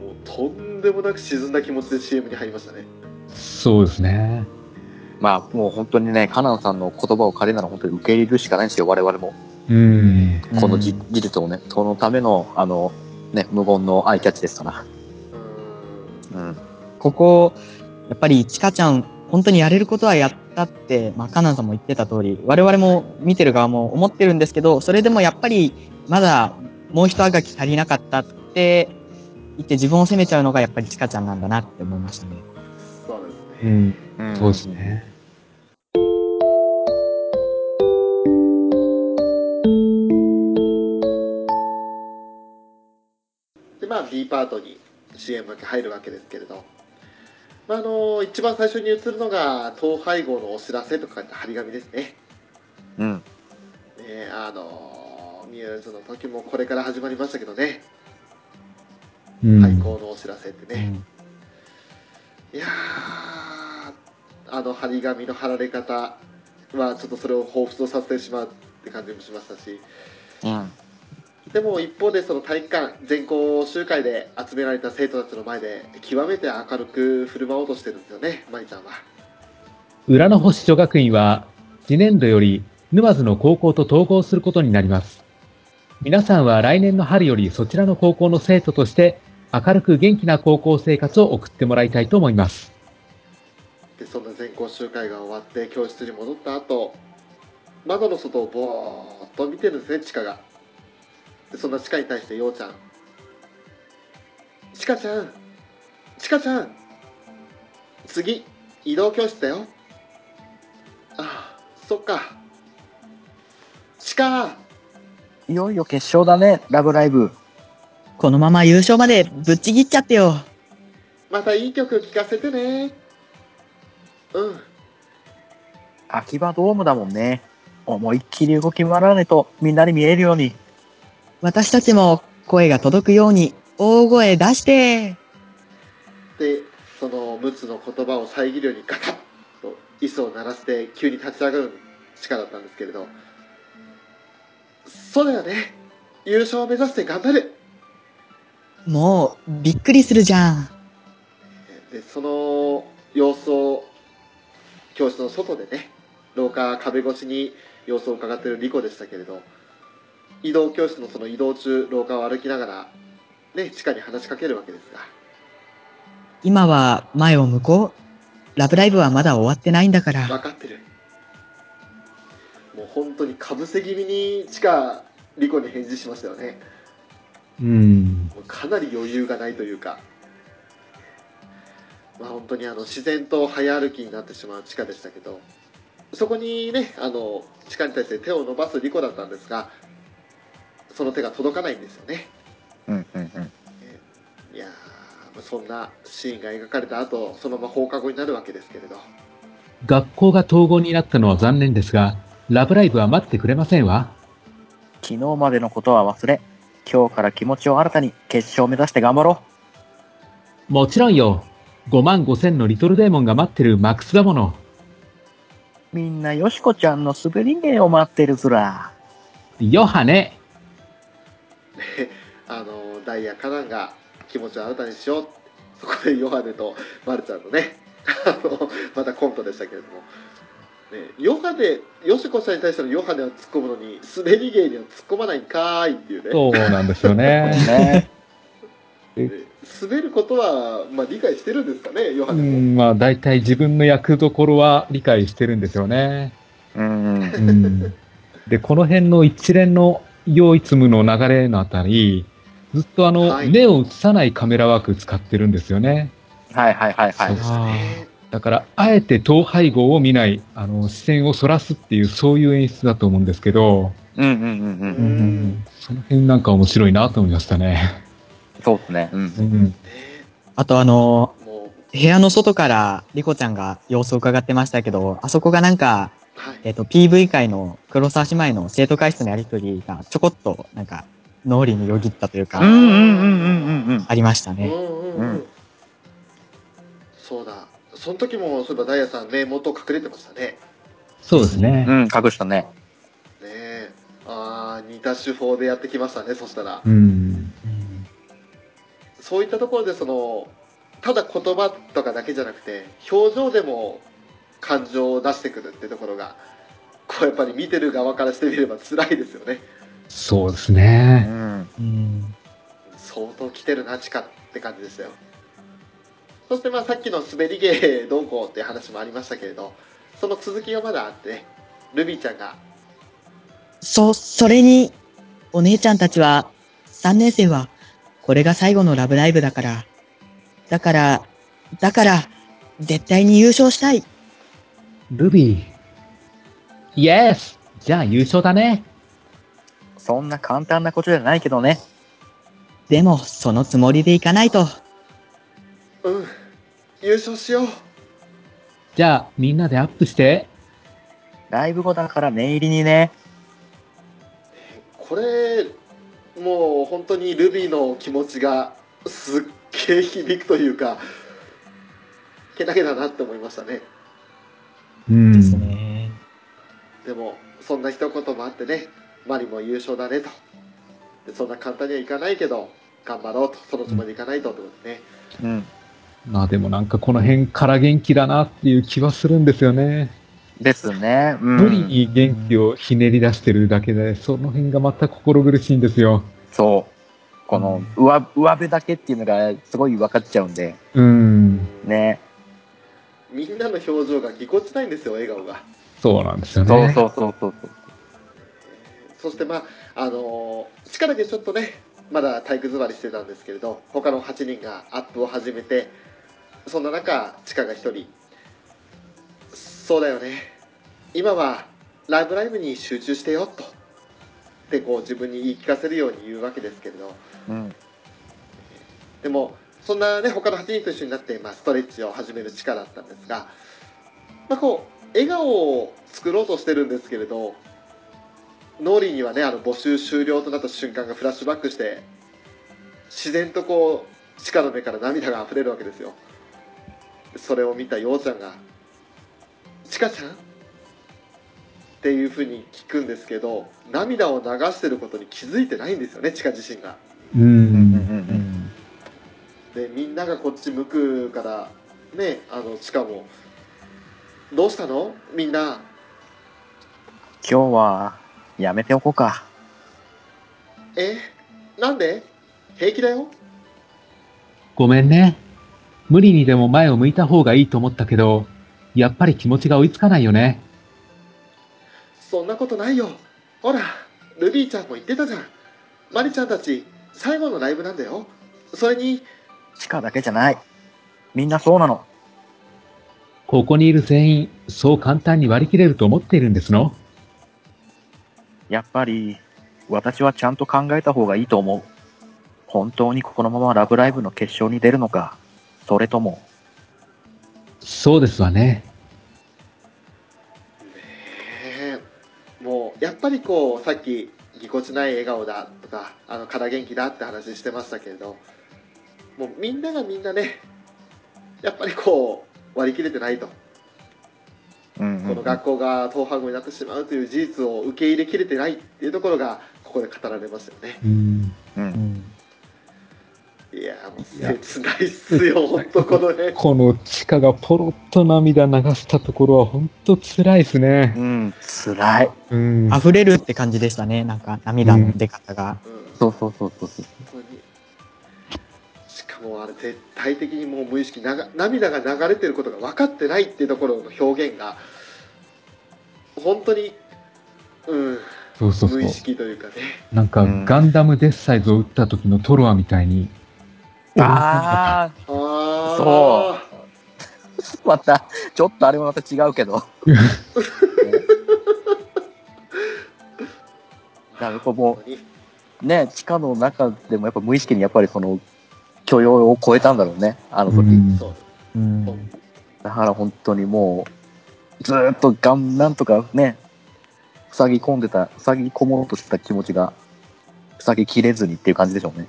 Speaker 2: もうとんでもなく沈んだ気持ちで CM に入りましたね
Speaker 4: そうですね。
Speaker 3: まあ、もう本当にね、カナンさんの言葉を借りるなら本当に受け入れるしかないんですよ、我々も。
Speaker 4: うん。
Speaker 3: このじ
Speaker 5: うん
Speaker 3: 事実をね、そのための、あの、ね、無言のアイキャッチですから。
Speaker 2: うー
Speaker 3: うん。
Speaker 5: ここ、やっぱり、ちかちゃん、本当にやれることはやったって、まあ、カナンさんも言ってた通り、我々も見てる側も思ってるんですけど、それでもやっぱり、まだ、もう一あがき足りなかったって、言って自分を責めちゃうのが、やっぱりちかちゃんなんだなって思いました
Speaker 2: ん
Speaker 5: ね。
Speaker 2: そうです
Speaker 4: う
Speaker 2: ね、
Speaker 4: ん。
Speaker 3: うん
Speaker 4: そうですね。
Speaker 2: でまあ B パートに CM だけ入るわけですけれど、まあ、あの一番最初に映るのが統廃合のお知らせとかって張り紙ですね
Speaker 3: うん。
Speaker 2: ねあのミューズの時もこれから始まりましたけどね
Speaker 4: うん。
Speaker 2: 廃校のお知らせって
Speaker 5: う
Speaker 2: ね、
Speaker 5: ん
Speaker 2: いやーあの張り紙の貼られ方はちょっとそれを彷彿とさせてしまうって感じもしましたし
Speaker 3: うん。
Speaker 2: でも一方でその体育館全校集会で集められた生徒たちの前で極めて明るく振る舞おうとしてるんですよね舞ちゃんは
Speaker 4: 浦の星女学院は次年度より沼津の高校と統合することになります。皆さんは来年の春よりそちらの高校の生徒として明るく元気な高校生活を送ってもらいたいと思います。
Speaker 2: でそんな全校集会が終わって教室に戻った後窓の外をぼーっと見てるんですねチカがでそんなチカに対してようちゃん「チカちゃんチカちゃん次移動教室だよあそっかチカ
Speaker 3: いよいよ決勝だね、ラブライブ。
Speaker 5: このまま優勝までぶっちぎっちゃってよ。
Speaker 2: またいい曲聴かせてねうん
Speaker 3: 秋葉ドームだもんね。思いっきり動き回らねと、みんなに見えるように。
Speaker 5: 私たちも声が届くように、大声出して。
Speaker 2: でその陸奥の言葉を遮るようにガタッと椅子を鳴らして急に立ち上がる力だったんですけれどそうだよね優勝を目指して頑張る
Speaker 5: もう、びっくりするじゃん。
Speaker 2: でその様子を教室の外でね廊下壁越しに様子を伺っているリコでしたけれど移動教室のその移動中廊下を歩きながらね地下に話しかけるわけですが
Speaker 5: 今は前を向こう。ラブライブはまだ終わってないんだ から。
Speaker 2: 分かってるもう本当にかぶせ気味に地下リコに返事しましたよね
Speaker 4: うん。
Speaker 2: もうかなり余裕がないというかまあ本当にあの自然と早歩きになってしまう地下でしたけどそこにねあの地下に対して手を伸ばすリコだったんですがその手が届かないんですよね
Speaker 3: うんうんうん。
Speaker 2: いやーまあそんなシーンが描かれた後そのまま放課後になるわけですけれど
Speaker 4: 学校が統合になったのは残念ですが、ラブライブは待ってくれませんわ。
Speaker 3: 昨日までのことは忘れ、今日から気持ちを新たに決勝を目指して頑張ろ
Speaker 4: もちろんよ。5万5千のリトルデーモンが待ってるマックスだもの。
Speaker 3: う。みんなよしこちゃんの滑り芸を待ってるずら。
Speaker 4: ヨハネ。
Speaker 2: あのダイヤカナンが気持ちを新たにしようそこでヨハネとマルちゃんのね あのまたコントでしたけれども、ね、ヨハネヨシコさんに対してのヨハネを突っ込むのに滑り芸には突っ込まないんかーいっていうね
Speaker 4: うなんですよね
Speaker 3: ね。
Speaker 2: ね滑ることは、まあ、理解してるんですかねヨハ
Speaker 4: う
Speaker 2: ネも、
Speaker 4: ん、まあ大体自分の役どころは理解してるんですよね。
Speaker 3: うん。
Speaker 4: うん、で、この辺の一連の用意積むの流れのあたり、ずっとあの、
Speaker 2: はい
Speaker 4: 目を映さないカメラワーク使ってるんですよね。
Speaker 3: はいはいはいは
Speaker 4: そ
Speaker 3: い
Speaker 4: うで。すね
Speaker 2: あー
Speaker 4: だから、あえて統廃合を見ない、あの、視線をそらすっていう、そういう演出だと思うんですけど、
Speaker 3: うんうんうんうん。
Speaker 2: ん
Speaker 4: その辺なんか面白いなと思いましたね。
Speaker 3: そうですね。うん。
Speaker 4: うん。
Speaker 5: あとあの
Speaker 2: もう、
Speaker 5: 部屋の外からリコちゃんが様子を伺ってましたけど、あそこがなんか、
Speaker 2: はい。
Speaker 5: えっ、と、PV 会の黒沢姉妹の生徒会室のやりとりがちょこっと、なんか、脳裏によぎったという
Speaker 3: う
Speaker 5: か、
Speaker 3: んうんうんうんうんうん。
Speaker 5: ありました
Speaker 2: うん
Speaker 5: ね。
Speaker 2: うんうん。
Speaker 3: うん
Speaker 2: そうだ。その時も、そういえばダイヤさん、ね、元隠れてましたね。
Speaker 4: そうですね
Speaker 3: う。ん、隠したね。
Speaker 2: ねえ。ああ、似た手法でやってきましたね、そしたら。
Speaker 4: うん。
Speaker 2: そういったところで、その、ただ言葉とかだけじゃなくて、表情でも感情を出してくるってところが、こうやっぱり見てる側からしてみれば辛いですよね。
Speaker 4: そうです
Speaker 3: う
Speaker 4: ね。
Speaker 3: ん。
Speaker 5: うん。
Speaker 2: 相当来てるな、地下って感じでしたよ。そしてまあさっきの滑り芸どうこうっていう話もありましたけれど、その続きがまだあってね、ルビーちゃんが、
Speaker 6: そ、それに、お姉ちゃんたちは、3年生は、これが最後のラブライブだから。だから、だから、絶対に優勝したい。
Speaker 4: ルビー。イエスじゃあ優勝だね。
Speaker 3: そんな簡単なことじゃないけどね。
Speaker 6: でも、そのつもりでいかないと。
Speaker 2: うん、優勝しよう。
Speaker 4: じゃあみんなでアップして。
Speaker 3: ライブ後だから念入りにね。
Speaker 2: これ、もう本当にルビーの気持ちがすっげえ響くというか、けなげだなって思いましたね。
Speaker 4: うん
Speaker 5: ですね。
Speaker 2: でも、そんな一言もあってね、マリも優勝だねと。でそんな簡単にはいかないけど、頑張ろうと、そのつもりでいかないとってことね。
Speaker 3: うん。
Speaker 4: まあでもなんかこの辺から元気だなっていう気はするんですよね。
Speaker 3: ですね。う
Speaker 4: 無理
Speaker 3: ん。
Speaker 4: に元気をひねり出してるだけで、その辺がまた心苦しいんですよ。
Speaker 3: そう。この、上、上辺だけっていうのがすごい分かっちゃうんで。
Speaker 4: うん。
Speaker 3: ね。
Speaker 2: みんなの表情がぎこちないんですよ、笑顔が。
Speaker 4: そうなんですよね。
Speaker 3: そうそうそうそうそう。
Speaker 2: そして、まあ、あのー、力でちょっとね、まだ体育座りしてたんですけれど、他の8人がアップを始めて、そんな中、チカが1人、そうだよね、今はライブライブに集中してよ、と。で、こう自分に言い聞かせるように言うわけですけれど、
Speaker 3: うん。
Speaker 2: でも、そんなね、他の8人と一緒になって、まあ、ストレッチを始める力だったんですが、まあ、こう、笑顔を作ろうとしてるんですけれど、脳裏にはね、あの、募集終了となった瞬間がフラッシュバックして、自然とこう、地下の目から涙が溢れるわけですよ。それを見たようちゃんが、ちかちゃんっていうふうに聞くんですけど、涙を流してることに気づいてないんですよね、ちか自身が。
Speaker 4: う。
Speaker 3: うんうんうん。
Speaker 5: うんん。
Speaker 2: でみんながこっち向くからねあのしかも「どうしたのみんな
Speaker 3: 今日は、やめておこうか。
Speaker 2: えなんで平気だよ
Speaker 4: ごめんね。無理にでも前を向いた方がいいと思ったけど、やっぱり気持ちが追いつかないよね。
Speaker 2: そんなことないよほらルビーちゃんも言ってたじゃんマリちゃんたち最後のライブなんだよそれに
Speaker 3: 地下だけじゃない。みんなそうなの。
Speaker 4: ここにいる全員、そう簡単に割り切れると思っているんですの
Speaker 3: やっぱり、私はちゃんと考えた方がいいと思う。本当にこのままラブライブの決勝に出るのか、それとも、
Speaker 4: そうですわね。
Speaker 2: えーもうやっぱりこうさっきぎこちない笑顔だとかあのから元気だって話してましたけれどもうみんながみんなねやっぱりこう割り切れてないと
Speaker 3: うんうん
Speaker 2: この学校が統廃合になってしまうという事実を受け入れきれてないっていうところがここで語られますよね
Speaker 4: うん。
Speaker 3: う
Speaker 5: うんん。
Speaker 2: いやーもう切ないっすよ本当こ の辺
Speaker 4: この地下がポロッと涙流したところは本当辛いですね。
Speaker 3: うん、辛い。
Speaker 4: うん。
Speaker 5: 溢れるって感じでしたね。なんか、涙の出方が。
Speaker 2: うん本
Speaker 3: そうそうそうそう そう。
Speaker 2: 当にしかもあれ絶対的にもう無意識なが涙が流れてることが分かってないっていうところの表現が本当にうん
Speaker 4: そうそう
Speaker 2: 無
Speaker 4: そう
Speaker 2: 意。識というかね
Speaker 4: なんか、
Speaker 3: うん
Speaker 4: ガンダムデッサイズを打った時のトロアみたいに。
Speaker 2: あ
Speaker 3: あ
Speaker 2: あ
Speaker 3: そまた、ちょっとあれもまた違うけ ど。ねなるほど。
Speaker 2: 本当に
Speaker 3: ね、地下の中でもやっぱ無意識にやっぱりその許容を超えたんだろうね、あの時。
Speaker 4: うん
Speaker 2: そう
Speaker 5: うん
Speaker 2: そう
Speaker 3: だから本当にもう、ずーっとがん、なんとかね、塞ぎ込んでた、塞ぎ込もうとしてた気持ちが、塞ぎきれずにっていう感じでしょうね。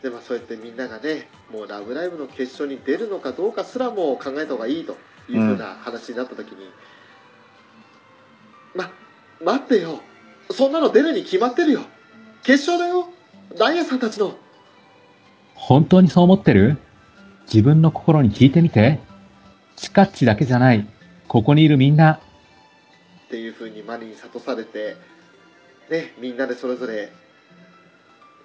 Speaker 2: でまあそうやってみんながねもう「ラブライブ!」の決勝に出るのかどうかすらも考えた方がいいというふうな話になった時に、ま待ってよそんなの出るに決まってるよ決勝だよダイヤさんたちの
Speaker 4: 本当にそう思ってる自分の心に聞いてみて。チカッチだけじゃない。ここにいるみんな。
Speaker 2: っていうふうにマリに諭されて、ね、みんなでそれぞれ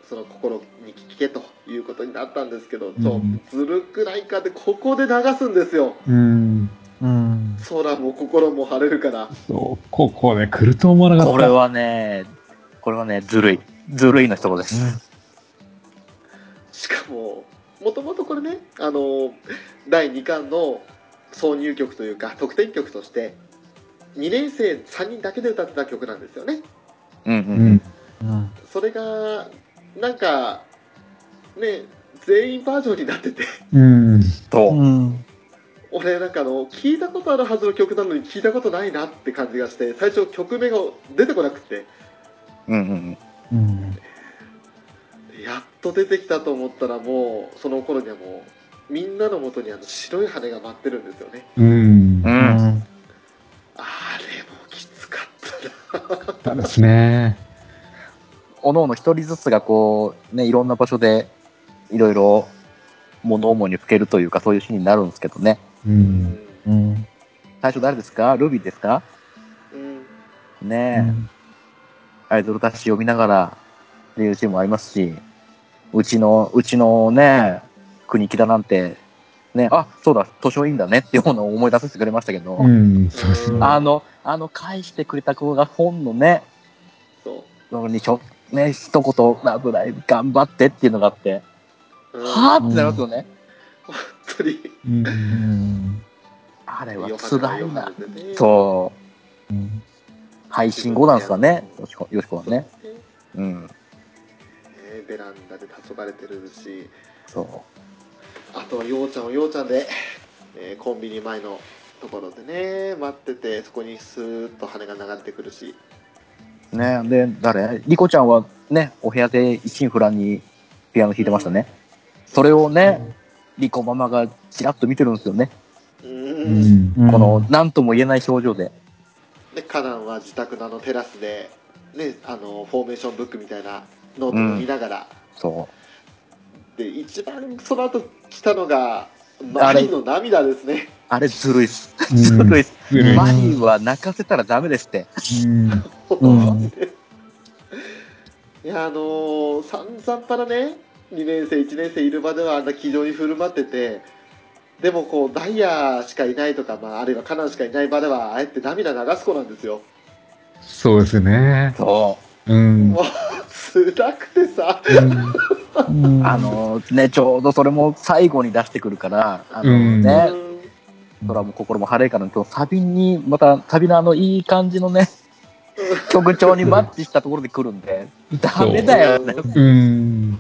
Speaker 2: その心に聞けということになったんですけど、そう
Speaker 4: うん
Speaker 2: ずるくないかでここで流すんですよ
Speaker 4: うん。
Speaker 5: うん。
Speaker 2: 空も心も晴れるから
Speaker 4: そう、ここで来ると思わなかった。
Speaker 3: これはね、これはね、ずるい。ずるいの一言です。
Speaker 2: しかももともとこれねあの第2巻の挿入曲というか得点曲として2年生3人だけで歌ってた曲なんですよね
Speaker 3: うんう
Speaker 4: うん
Speaker 3: うん
Speaker 4: ん。
Speaker 5: うん。
Speaker 2: それがなんかね全員バージョンになってて
Speaker 4: うん。
Speaker 3: と、
Speaker 5: うん。
Speaker 2: 俺なんかあの聞いたことあるはずの曲なのに聞いたことないなって感じがして最初曲名が出てこなくて
Speaker 3: うんうんうん。
Speaker 5: うん。
Speaker 2: やっと出てきたと思ったらもうその頃にはもうみんなのもとにあの白い羽が舞ってるんですよね
Speaker 4: うん
Speaker 3: う。。
Speaker 5: うんん。
Speaker 2: あれもきつかったな
Speaker 4: ただですね。
Speaker 3: おのおの一人ずつがこう、ね、いろんな場所で、いろいろ物思いにふけるというか、そういうシーンになるんですけどね。
Speaker 4: う。
Speaker 2: うんん、
Speaker 5: うん。
Speaker 3: 最初誰ですかルビーですか
Speaker 2: うん、
Speaker 3: ねえ、アイドルたち読みながらっていうシーンもありますし、うちの、うちのね、国木だなんて、ね、あ、そうだ、図書委員だねっていうものを思い出させてくれましたけど、
Speaker 4: うん。そうですね。
Speaker 3: あの、あの、返してくれた子が本のね、
Speaker 2: そ
Speaker 3: そのにひょ、ね、一言、ラブライブ頑張ってっていうのがあって、
Speaker 2: う、うん、
Speaker 3: はぁってなりますよね。
Speaker 2: 本当に
Speaker 4: うん。
Speaker 5: うん。
Speaker 3: あれは
Speaker 2: ヨハ
Speaker 3: つ
Speaker 2: ネ
Speaker 3: ら
Speaker 2: が
Speaker 3: い
Speaker 2: ヨハ
Speaker 3: な。
Speaker 2: ネでね
Speaker 3: そう。
Speaker 5: うん。
Speaker 3: 配信後なんですかね、よしこ、よしこはね。
Speaker 2: そうね
Speaker 3: うん。
Speaker 2: ねベランダで黄昏れてるし
Speaker 3: そ
Speaker 2: あとはようちゃんをようちゃんで、えーコンビニ前のところでね待っててそこにスーッと羽が流れてくるし
Speaker 3: う。ねで、誰リコちゃんはね、お部屋で一心不乱にピアノ弾いてましたね。それをね、リコママがちらっと見てるんですよね。
Speaker 2: う
Speaker 4: うんん。
Speaker 3: この、なんとも言えない表情で。
Speaker 2: でカナンは自宅のあのテラスで、ね、あのフォーメーションブックみたいなノートを見ながら、
Speaker 3: そ
Speaker 2: で一番その後来たのがマ
Speaker 3: あれ
Speaker 2: リの涙ですね
Speaker 3: う。あれずるいっす。
Speaker 4: うん
Speaker 3: ずるいっす。
Speaker 4: ずるい
Speaker 3: マリーは泣かせたらダメですって。
Speaker 4: うん。
Speaker 5: うん。
Speaker 2: いやあのー、散々からね2年生1年生いる場ではあんな気丈に振る舞っててでもこうダイヤしかいないとか、まあ、あるいはカナンしかいない場ではああえて涙流す子なんですよ
Speaker 4: そうですね。
Speaker 3: そ
Speaker 4: うん
Speaker 2: も。う辛くてさ
Speaker 5: うん
Speaker 3: う。あ、のね、ちょうどそれも最後に出してくるから、あの
Speaker 4: うん
Speaker 3: ね、
Speaker 2: うん
Speaker 3: 空も心も晴れからの、そのサビに、またサビのあのいい感じの ね、曲調にマッチしたところで来るんで、ダメだよね。
Speaker 4: うん。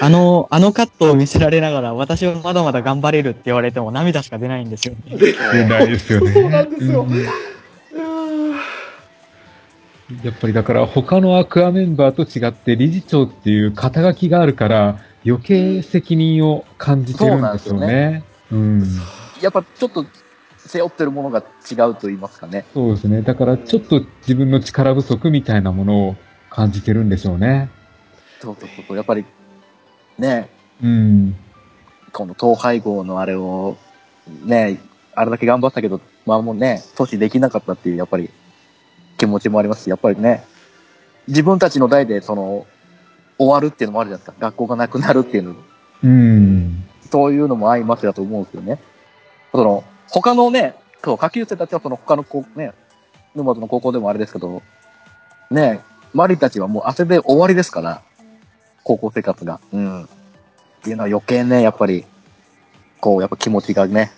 Speaker 5: あの、あのカットを見せられながら、私はまだまだ頑張れるって言われても涙しか出ないんですよね。
Speaker 4: 出ないですよね。
Speaker 2: そうなんですよ
Speaker 4: ん
Speaker 2: いやー
Speaker 4: やっぱりだから他のアクアメンバーと違って理事長っていう肩書きがあるから余計責任を感じてるんですよね。うん。
Speaker 3: やっぱちょっと背負ってるものが違うと言いますかね。
Speaker 4: そうですね。だからちょっと自分の力不足みたいなものを感じてるんでしょうね。
Speaker 3: そうそうそうそう。やっぱり、ね、
Speaker 4: うん。
Speaker 3: この統廃合のあれを、ね、あれだけ頑張ったけど、まあもうね、阻止できなかったっていう、やっぱり気持ちもありますし、やっぱりね、自分たちの代で、その、終わるっていうのもあるじゃないですか。学校がなくなるっていうの、
Speaker 4: うん。
Speaker 3: そういうのも相まってだと思うんですよね。その、他のね、そう、下級生たちはその他の高ね、沼津の高校でもあれですけど、ね、マリたちはもう汗で終わりですから、高校生活が。うん。っていうのは余計ね、やっぱり、こう、やっぱ気持ちがね、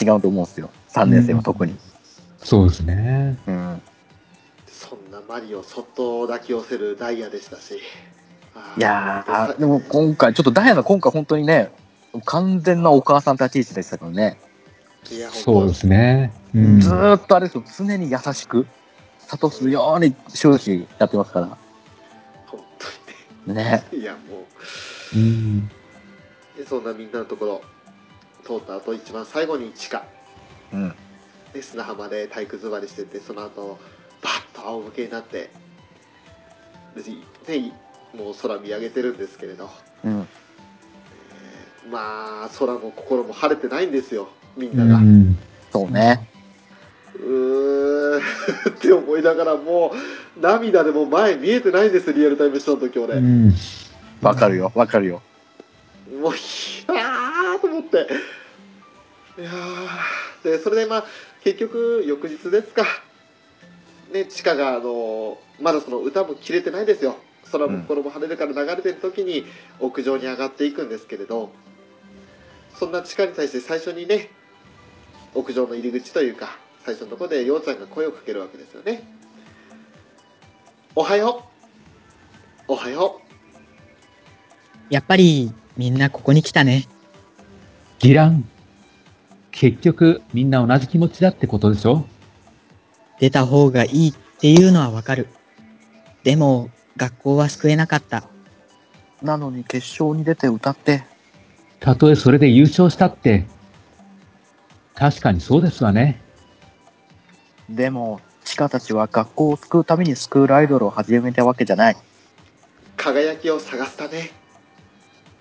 Speaker 3: 違うと思うんですよ。3年生は特に。
Speaker 4: そうですね。
Speaker 3: うん。
Speaker 2: そんなマリをそっと抱き寄せるダイヤでしたしあー
Speaker 3: いや
Speaker 2: さ
Speaker 3: ー、でも今回、ちょっとダイヤが今回本当にね、完全なお母さん立ち位置でしたからね。
Speaker 2: いや
Speaker 4: そ
Speaker 2: 本
Speaker 4: う
Speaker 2: 当
Speaker 4: ですね。うん。
Speaker 3: ずーっとあれですよ、常に優しく、諭すように終始やってますか
Speaker 2: 本
Speaker 3: ら。ね。
Speaker 2: 当にねいやもう
Speaker 4: うん
Speaker 2: でそんなみんなのところ通った後一番最後に地下
Speaker 3: うん。
Speaker 2: で砂浜で体育座りしててその後バッと仰向けになってで、ね、もう空見上げてるんですけれど
Speaker 3: うん。
Speaker 2: まあ空も心も晴れてないんですよみん
Speaker 4: う。
Speaker 2: なが、うん
Speaker 3: そうね。
Speaker 2: ーん って思いながらもう涙でもう前見えてないんですリアルタイムショーの時俺、
Speaker 4: うん。
Speaker 3: わかるよ、わかるよ。
Speaker 2: もうひゃーと思っていやーでそれでまあ結局翌日ですかね地下があのまだその歌も切れてないですよ空も心も晴れるから流れてる時に屋上に上がっていくんですけれどそんな地下に対して最初にね屋上の入り口というか最初のところで陽ちゃんが声をかけるわけですよねおはようおはよ
Speaker 6: やっぱり、みんなここに来たね。
Speaker 4: ギラン。結局、みんな同じ気持ちだってことでしょ
Speaker 6: 出た方がいいっていうのはわかる。でも、学校は救えなかった。
Speaker 3: なのに決勝に出て歌って、
Speaker 4: たとえそれで優勝したって。確かにそうですわね。
Speaker 3: でも、チカたちは学校を救うためにスクールアイドルを始めたわけじゃない。
Speaker 2: う輝きを探すため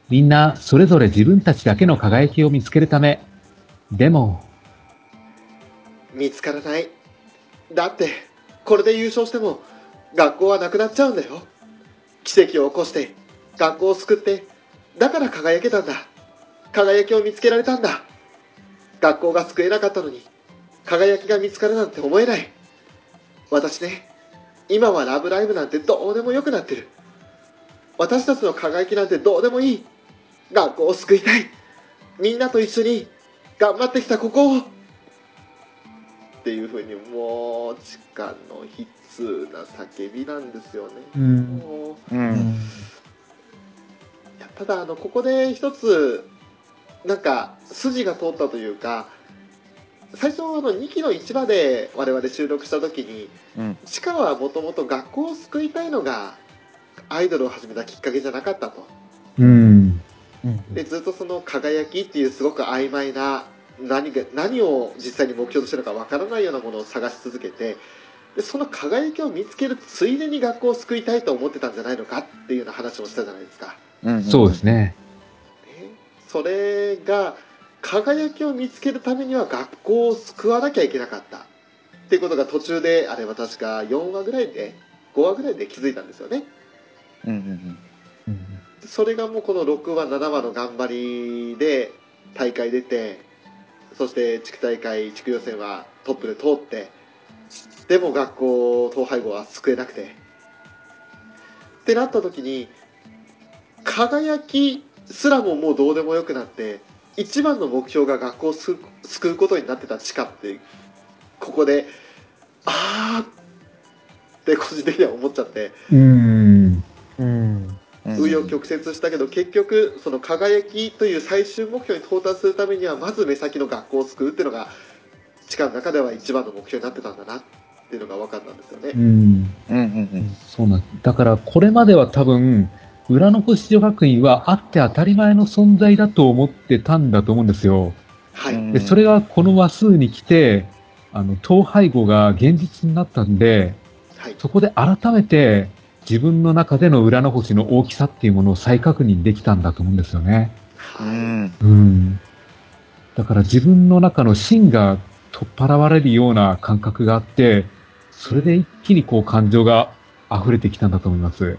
Speaker 4: みんな、それぞれ自分たちだけの輝きを見つけるため。でも、
Speaker 2: 見つからないだってこれで優勝しても学校はなくなっちゃうんだよ奇跡を起こして学校を救ってだから輝けたんだ輝きを見つけられたんだ学校が救えなかったのに輝きが見つかるなんて思えない私ね今は「ラブライブ!」なんてどうでもよくなってる私たちの輝きなんてどうでもいい学校を救いたいみんなと一緒に頑張ってきたここをっていうふうにもう地下の悲痛な叫びなんですよね、
Speaker 4: うん。
Speaker 2: もう
Speaker 3: う。
Speaker 5: うんん
Speaker 2: いやただあのここで一つなんか筋が通ったというか最初あの2期の市場で我々収録した時に
Speaker 3: うん。
Speaker 2: 地下はもともと学校を救いたいのがアイドルを始めたきっかけじゃなかったと
Speaker 4: うん。
Speaker 2: でずっとその輝きっていうすごく曖昧な何が何を実際に目標としてるのかわからないようなものを探し続けてでその輝きを見つけるついでに学校を救いたいと思ってたんじゃないのかっていうような話をしたじゃないですか。
Speaker 3: うん。
Speaker 4: そうですね。
Speaker 2: ねそれが輝きを見つけるためには学校を救わなきゃいけなかったっていうことが途中であれは確か4話ぐらいで5話ぐらいで気づいたんですよね
Speaker 3: うんうん
Speaker 2: それがもうこの6話7話の頑張りで大会出てそして地区大会地区予選はトップで通ってでも学校統廃合は救えなくてってなった時に輝きすらももうどうでもよくなって一番の目標が学校を救う救うことになってた地下ってここでああって個人的には思っちゃって
Speaker 4: うん。
Speaker 3: う
Speaker 5: うん。
Speaker 3: ん。
Speaker 2: 紆余曲折したけど結局その輝きという最終目標に到達するためにはまず目先の学校を救うっていうのが地下の中では一番の目標になってたんだなっていうのが分かったんですよね
Speaker 4: う。ん。
Speaker 3: うんうん
Speaker 4: そうなんだから、これまでは多分、裏の星女学院はあって当たり前の存在だと思ってたんだと思うんですよ。
Speaker 2: は
Speaker 3: う
Speaker 2: い、
Speaker 3: ん。
Speaker 4: で、それがこの話数に来て、あの、統廃合が現実になったんで、
Speaker 2: はい、
Speaker 4: そこで改めて自分の中での裏の星の大きさっていうものを再確認できたんだと思うんですよね。
Speaker 3: う
Speaker 2: は
Speaker 3: ん。
Speaker 4: うん。だから自分の中の芯が取っ払われるような感覚があって、それで一気にこう感情が溢れてきたんだと思います。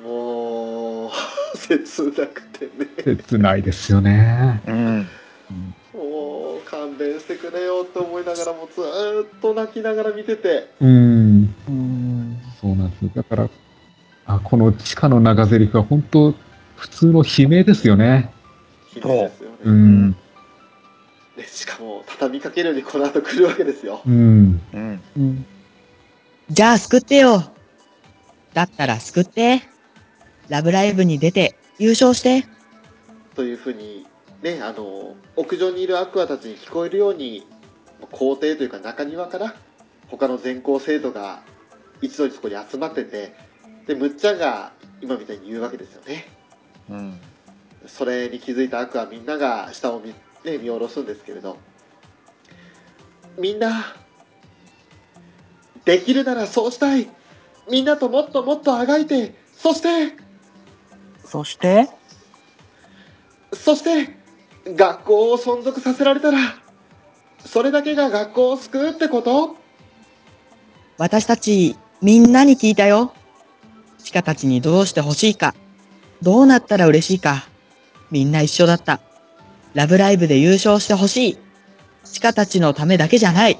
Speaker 2: い、もう切なくてね
Speaker 4: 切ないですよね。
Speaker 3: うん。
Speaker 2: もう勘弁してくれよって思いながらもうずーっと泣きながら見てて
Speaker 4: うん。
Speaker 5: うん。
Speaker 4: そうなんですよ。だから、あこの地下の長ゼリフは本当、普通の悲鳴ですよね。
Speaker 2: ひどいですよね。
Speaker 4: うん。
Speaker 2: でしかも畳みかけるようにこの後来るわけですよ
Speaker 4: うん。
Speaker 3: うん。
Speaker 6: うん。じゃあ救ってよ。だったら救って。ラブライブに出て優勝して。
Speaker 2: というふうにねあの屋上にいるアクアたちに聞こえるように校庭というか中庭から他の全校生徒が一度にそこに集まっててでむっちゃんが今みたいに言うわけですよね
Speaker 3: うん。
Speaker 2: それに気づいたアクアみんなが下を見,、ね、見下ろすんですけれどみんなできるならそうしたいみんなともっともっとあがいてそして
Speaker 3: そして、
Speaker 2: そして学校を存続させられたらそれだけが学校を救うってこと
Speaker 6: 私たちみんなに聞いたよ。チカたちにどうしてほしいか。どうなったら嬉しいか。みんな一緒だった。ラブライブで優勝してほしい。チカたちのためだけじゃない。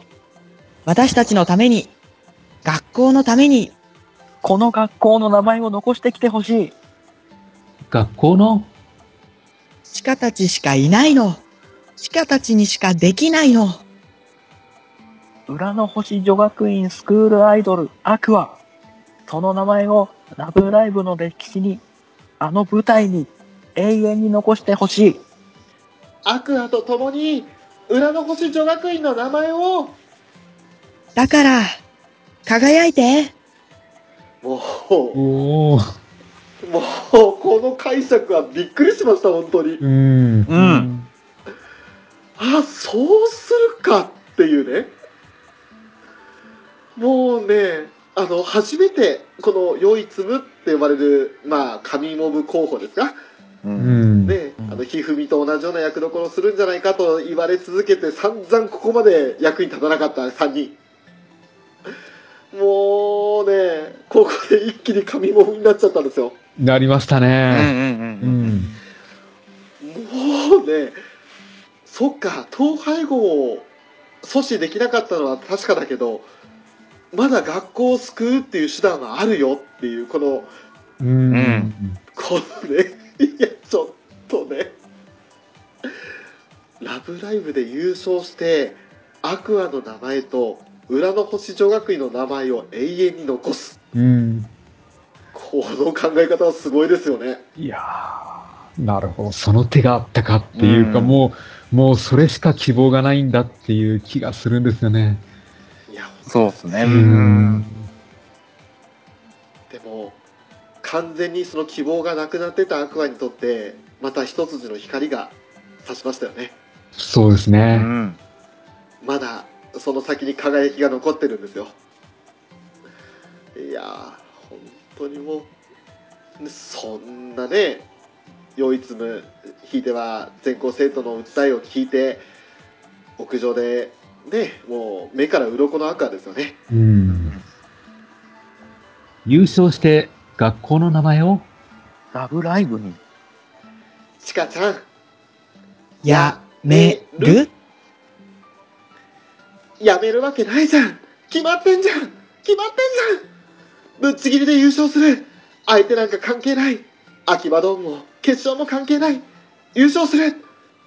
Speaker 6: 私たちのために、学校のために、
Speaker 3: この学校の名前を残してきてほしい。
Speaker 4: 学校の
Speaker 6: チカたちしかいないの。チカたちにしかできないの。
Speaker 3: 裏の星女学院スクールアイドルアクア。その名前をラブライブの歴史に、あの舞台に永遠に残してほしい。
Speaker 2: アクアと共に裏の星女学院の名前を
Speaker 6: だから、輝いて。
Speaker 2: もう
Speaker 4: おー。
Speaker 2: もうこの解釈はびっくりしました本当に
Speaker 4: うん。
Speaker 5: うん。
Speaker 2: あそうするかっていうねもうねあの初めてこの「良い粒」って呼ばれるまあ神モブ候補ですか
Speaker 3: う
Speaker 4: う。ん。
Speaker 2: ね
Speaker 3: うん
Speaker 2: あのひふみと同じような役どころをするんじゃないかと言われ続けて散々ここまで役に立たなかった3人もうねここで一気に神モブになっちゃったんですよ
Speaker 4: なりました
Speaker 3: うん
Speaker 4: ね。
Speaker 3: うんう
Speaker 4: う
Speaker 3: ん。
Speaker 4: ん。
Speaker 2: もうね、そっか、統廃合を阻止できなかったのは確かだけど、まだ学校を救うっていう手段はあるよっていう、この、
Speaker 4: うん。
Speaker 2: このね、 いや、ちょっとね、ラブライブで優勝して、アクアの名前と、裏の星女学院の名前を永遠に残す。
Speaker 4: うん。
Speaker 2: この考え方はすごいですよね。
Speaker 4: いやー、なるほど。その手があったかっていうか、
Speaker 3: うん
Speaker 4: もう、もうそれしか希望がないんだっていう気がするんですよね。
Speaker 2: いや、
Speaker 3: そうですね。
Speaker 4: う
Speaker 3: うん。。
Speaker 2: でも完全にその希望がなくなってたアクアにとってまた一筋の光が差しましたよね
Speaker 4: そうです
Speaker 3: う
Speaker 4: ね。
Speaker 3: ん。
Speaker 2: まだその先に輝きが残ってるんですよいやー本当にもうそんなねヨイツムひいては全校生徒の訴えを聞いて屋上でねもう目から鱗のアクアですよね
Speaker 4: うん。優勝して学校の名前を
Speaker 3: ラブライブに。
Speaker 2: ちかちゃん
Speaker 6: やめる
Speaker 2: やめるわけないじゃん決まってんじゃん決まってんじゃんぶっちぎりで優勝する相手なんか関係ない秋葉ドンも決勝も関係ない優勝する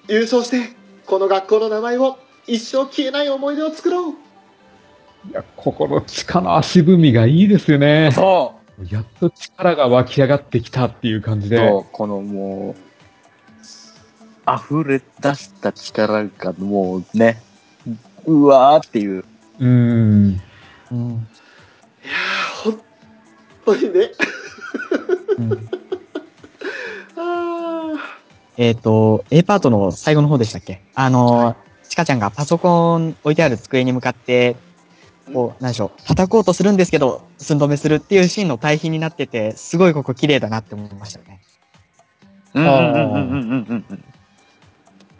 Speaker 2: 優勝してこの学校の名前を一生消えない思い出を作ろう
Speaker 4: いや、ここの力の足踏みがいいですよね。
Speaker 3: そ
Speaker 4: やっと力が湧き上がってきたっていう感じ
Speaker 3: う。
Speaker 4: で。
Speaker 3: そう、このもう、溢れ出した力がもうね、うわーっていう。
Speaker 4: うん。
Speaker 5: うん。
Speaker 2: いやー本当にね
Speaker 5: うん
Speaker 2: あ
Speaker 5: えっ、と、A パートの最後の方でしたっけあの、チカちゃんがパソコン置いてある机に向かって、こう、何でしょう、叩こうとするんですけど、寸止めするっていうシーンの対比になってて、すごいここ綺麗だなって思いましたね。
Speaker 3: うん
Speaker 4: うんう
Speaker 3: ん
Speaker 4: ん
Speaker 3: うんうん。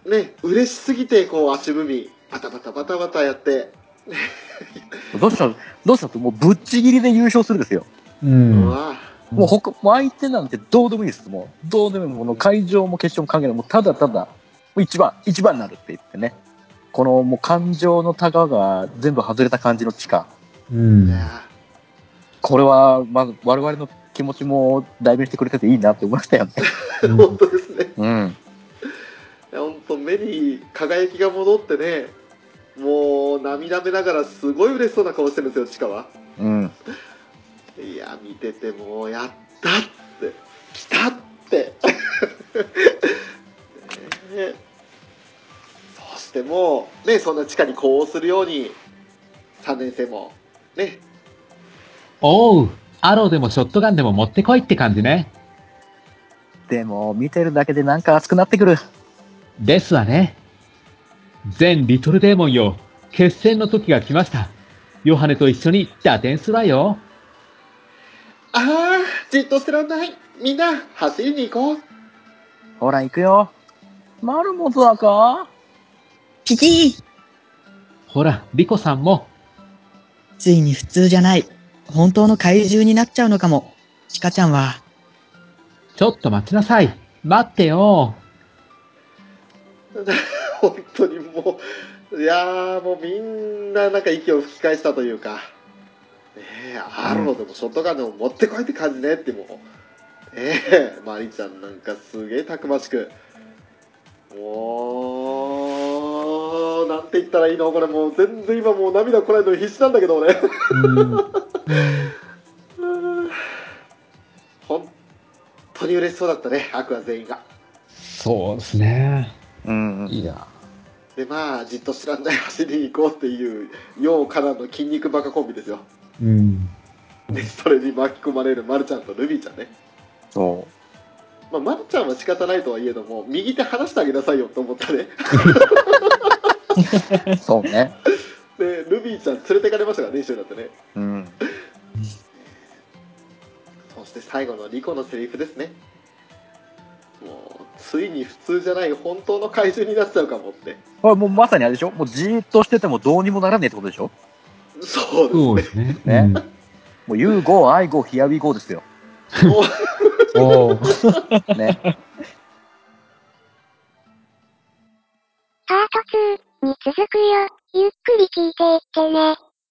Speaker 2: ーね嬉しすぎてこう足踏みバタバタバタバタやって
Speaker 3: どうしたどうしたってもうぶっちぎりで優勝するんですよ。
Speaker 4: うん。
Speaker 2: うわ
Speaker 4: うん
Speaker 3: もうほか、もう相手なんてどうでもいいです。もう、どうでもいい。もうこの会場も決勝も関係ない。もうただただ、もう一番、一番になるって言ってね。このもう感情のタガが全部外れた感じの地下。
Speaker 4: うん
Speaker 2: い。や
Speaker 3: これは、まず我々の気持ちも代弁してくれてていいなって思いましたよね。
Speaker 2: ー本当ですね
Speaker 3: うん。
Speaker 2: 本当目に輝きが戻ってねもう涙目ながらすごい嬉しそうな顔してるんですよチカは
Speaker 3: うん。
Speaker 2: いや見ててもうやったって来たって ねそしてもうねそんなチカに呼応するように3年生もね
Speaker 4: おう、アローでもショットガンでも持ってこいって感じね。
Speaker 3: でも、見てるだけでなんか熱くなってくる。
Speaker 4: ですわね。全リトルデーモンよ、決戦の時が来ました。ヨハネと一緒に打点するわよ。
Speaker 2: ああじっとしてらんないみんな走りに行こう
Speaker 3: ほら、行くよ。マルモツアか
Speaker 6: ピキー
Speaker 4: ほら、リコさんも、
Speaker 6: ついに普通じゃない。本当の怪獣になっちゃうのかも。チカちゃんは、
Speaker 4: ちょっと待ちなさい。待ってよ。
Speaker 2: 本当にもういやーもうみんななんか息を吹き返したというかねえアローでもショットガンでも持ってこいって感じねってもうねえマリちゃんなんかすげえたくましくもうなんて言ったらいいのこれもう全然今もう涙こらえるのに必死なんだけど俺
Speaker 4: うん、
Speaker 2: 本当に嬉しそうだったねアクア全員が
Speaker 4: そうですね。
Speaker 3: うん。
Speaker 4: いや。
Speaker 2: でまあじっと知らんない走りに行こうっていうようからの筋肉バカコンビですよ
Speaker 4: うん。
Speaker 2: でそれに巻き込まれるまるちゃんとルビーちゃんね、
Speaker 3: そ
Speaker 2: まあ、まるちゃんは仕方ないとはいえども右手離してあげなさいよと思ったね
Speaker 3: う。そうね。
Speaker 2: でルビーちゃん連れてかれましたからね一緒になってね
Speaker 3: うん。
Speaker 2: そして最後のリコのセリフですねもうついに普通じゃない本当の怪獣になっちゃうかもって
Speaker 3: これもうまさにあれでしょもうじーっとしててもどうにもならねえってことでしょ
Speaker 2: そうですね
Speaker 4: そうですね。
Speaker 3: ねもう You go, I go, here we go ですよ。
Speaker 2: もう
Speaker 5: お
Speaker 3: ね。
Speaker 1: パート2に続くよ。ゆっくり聞いていってね。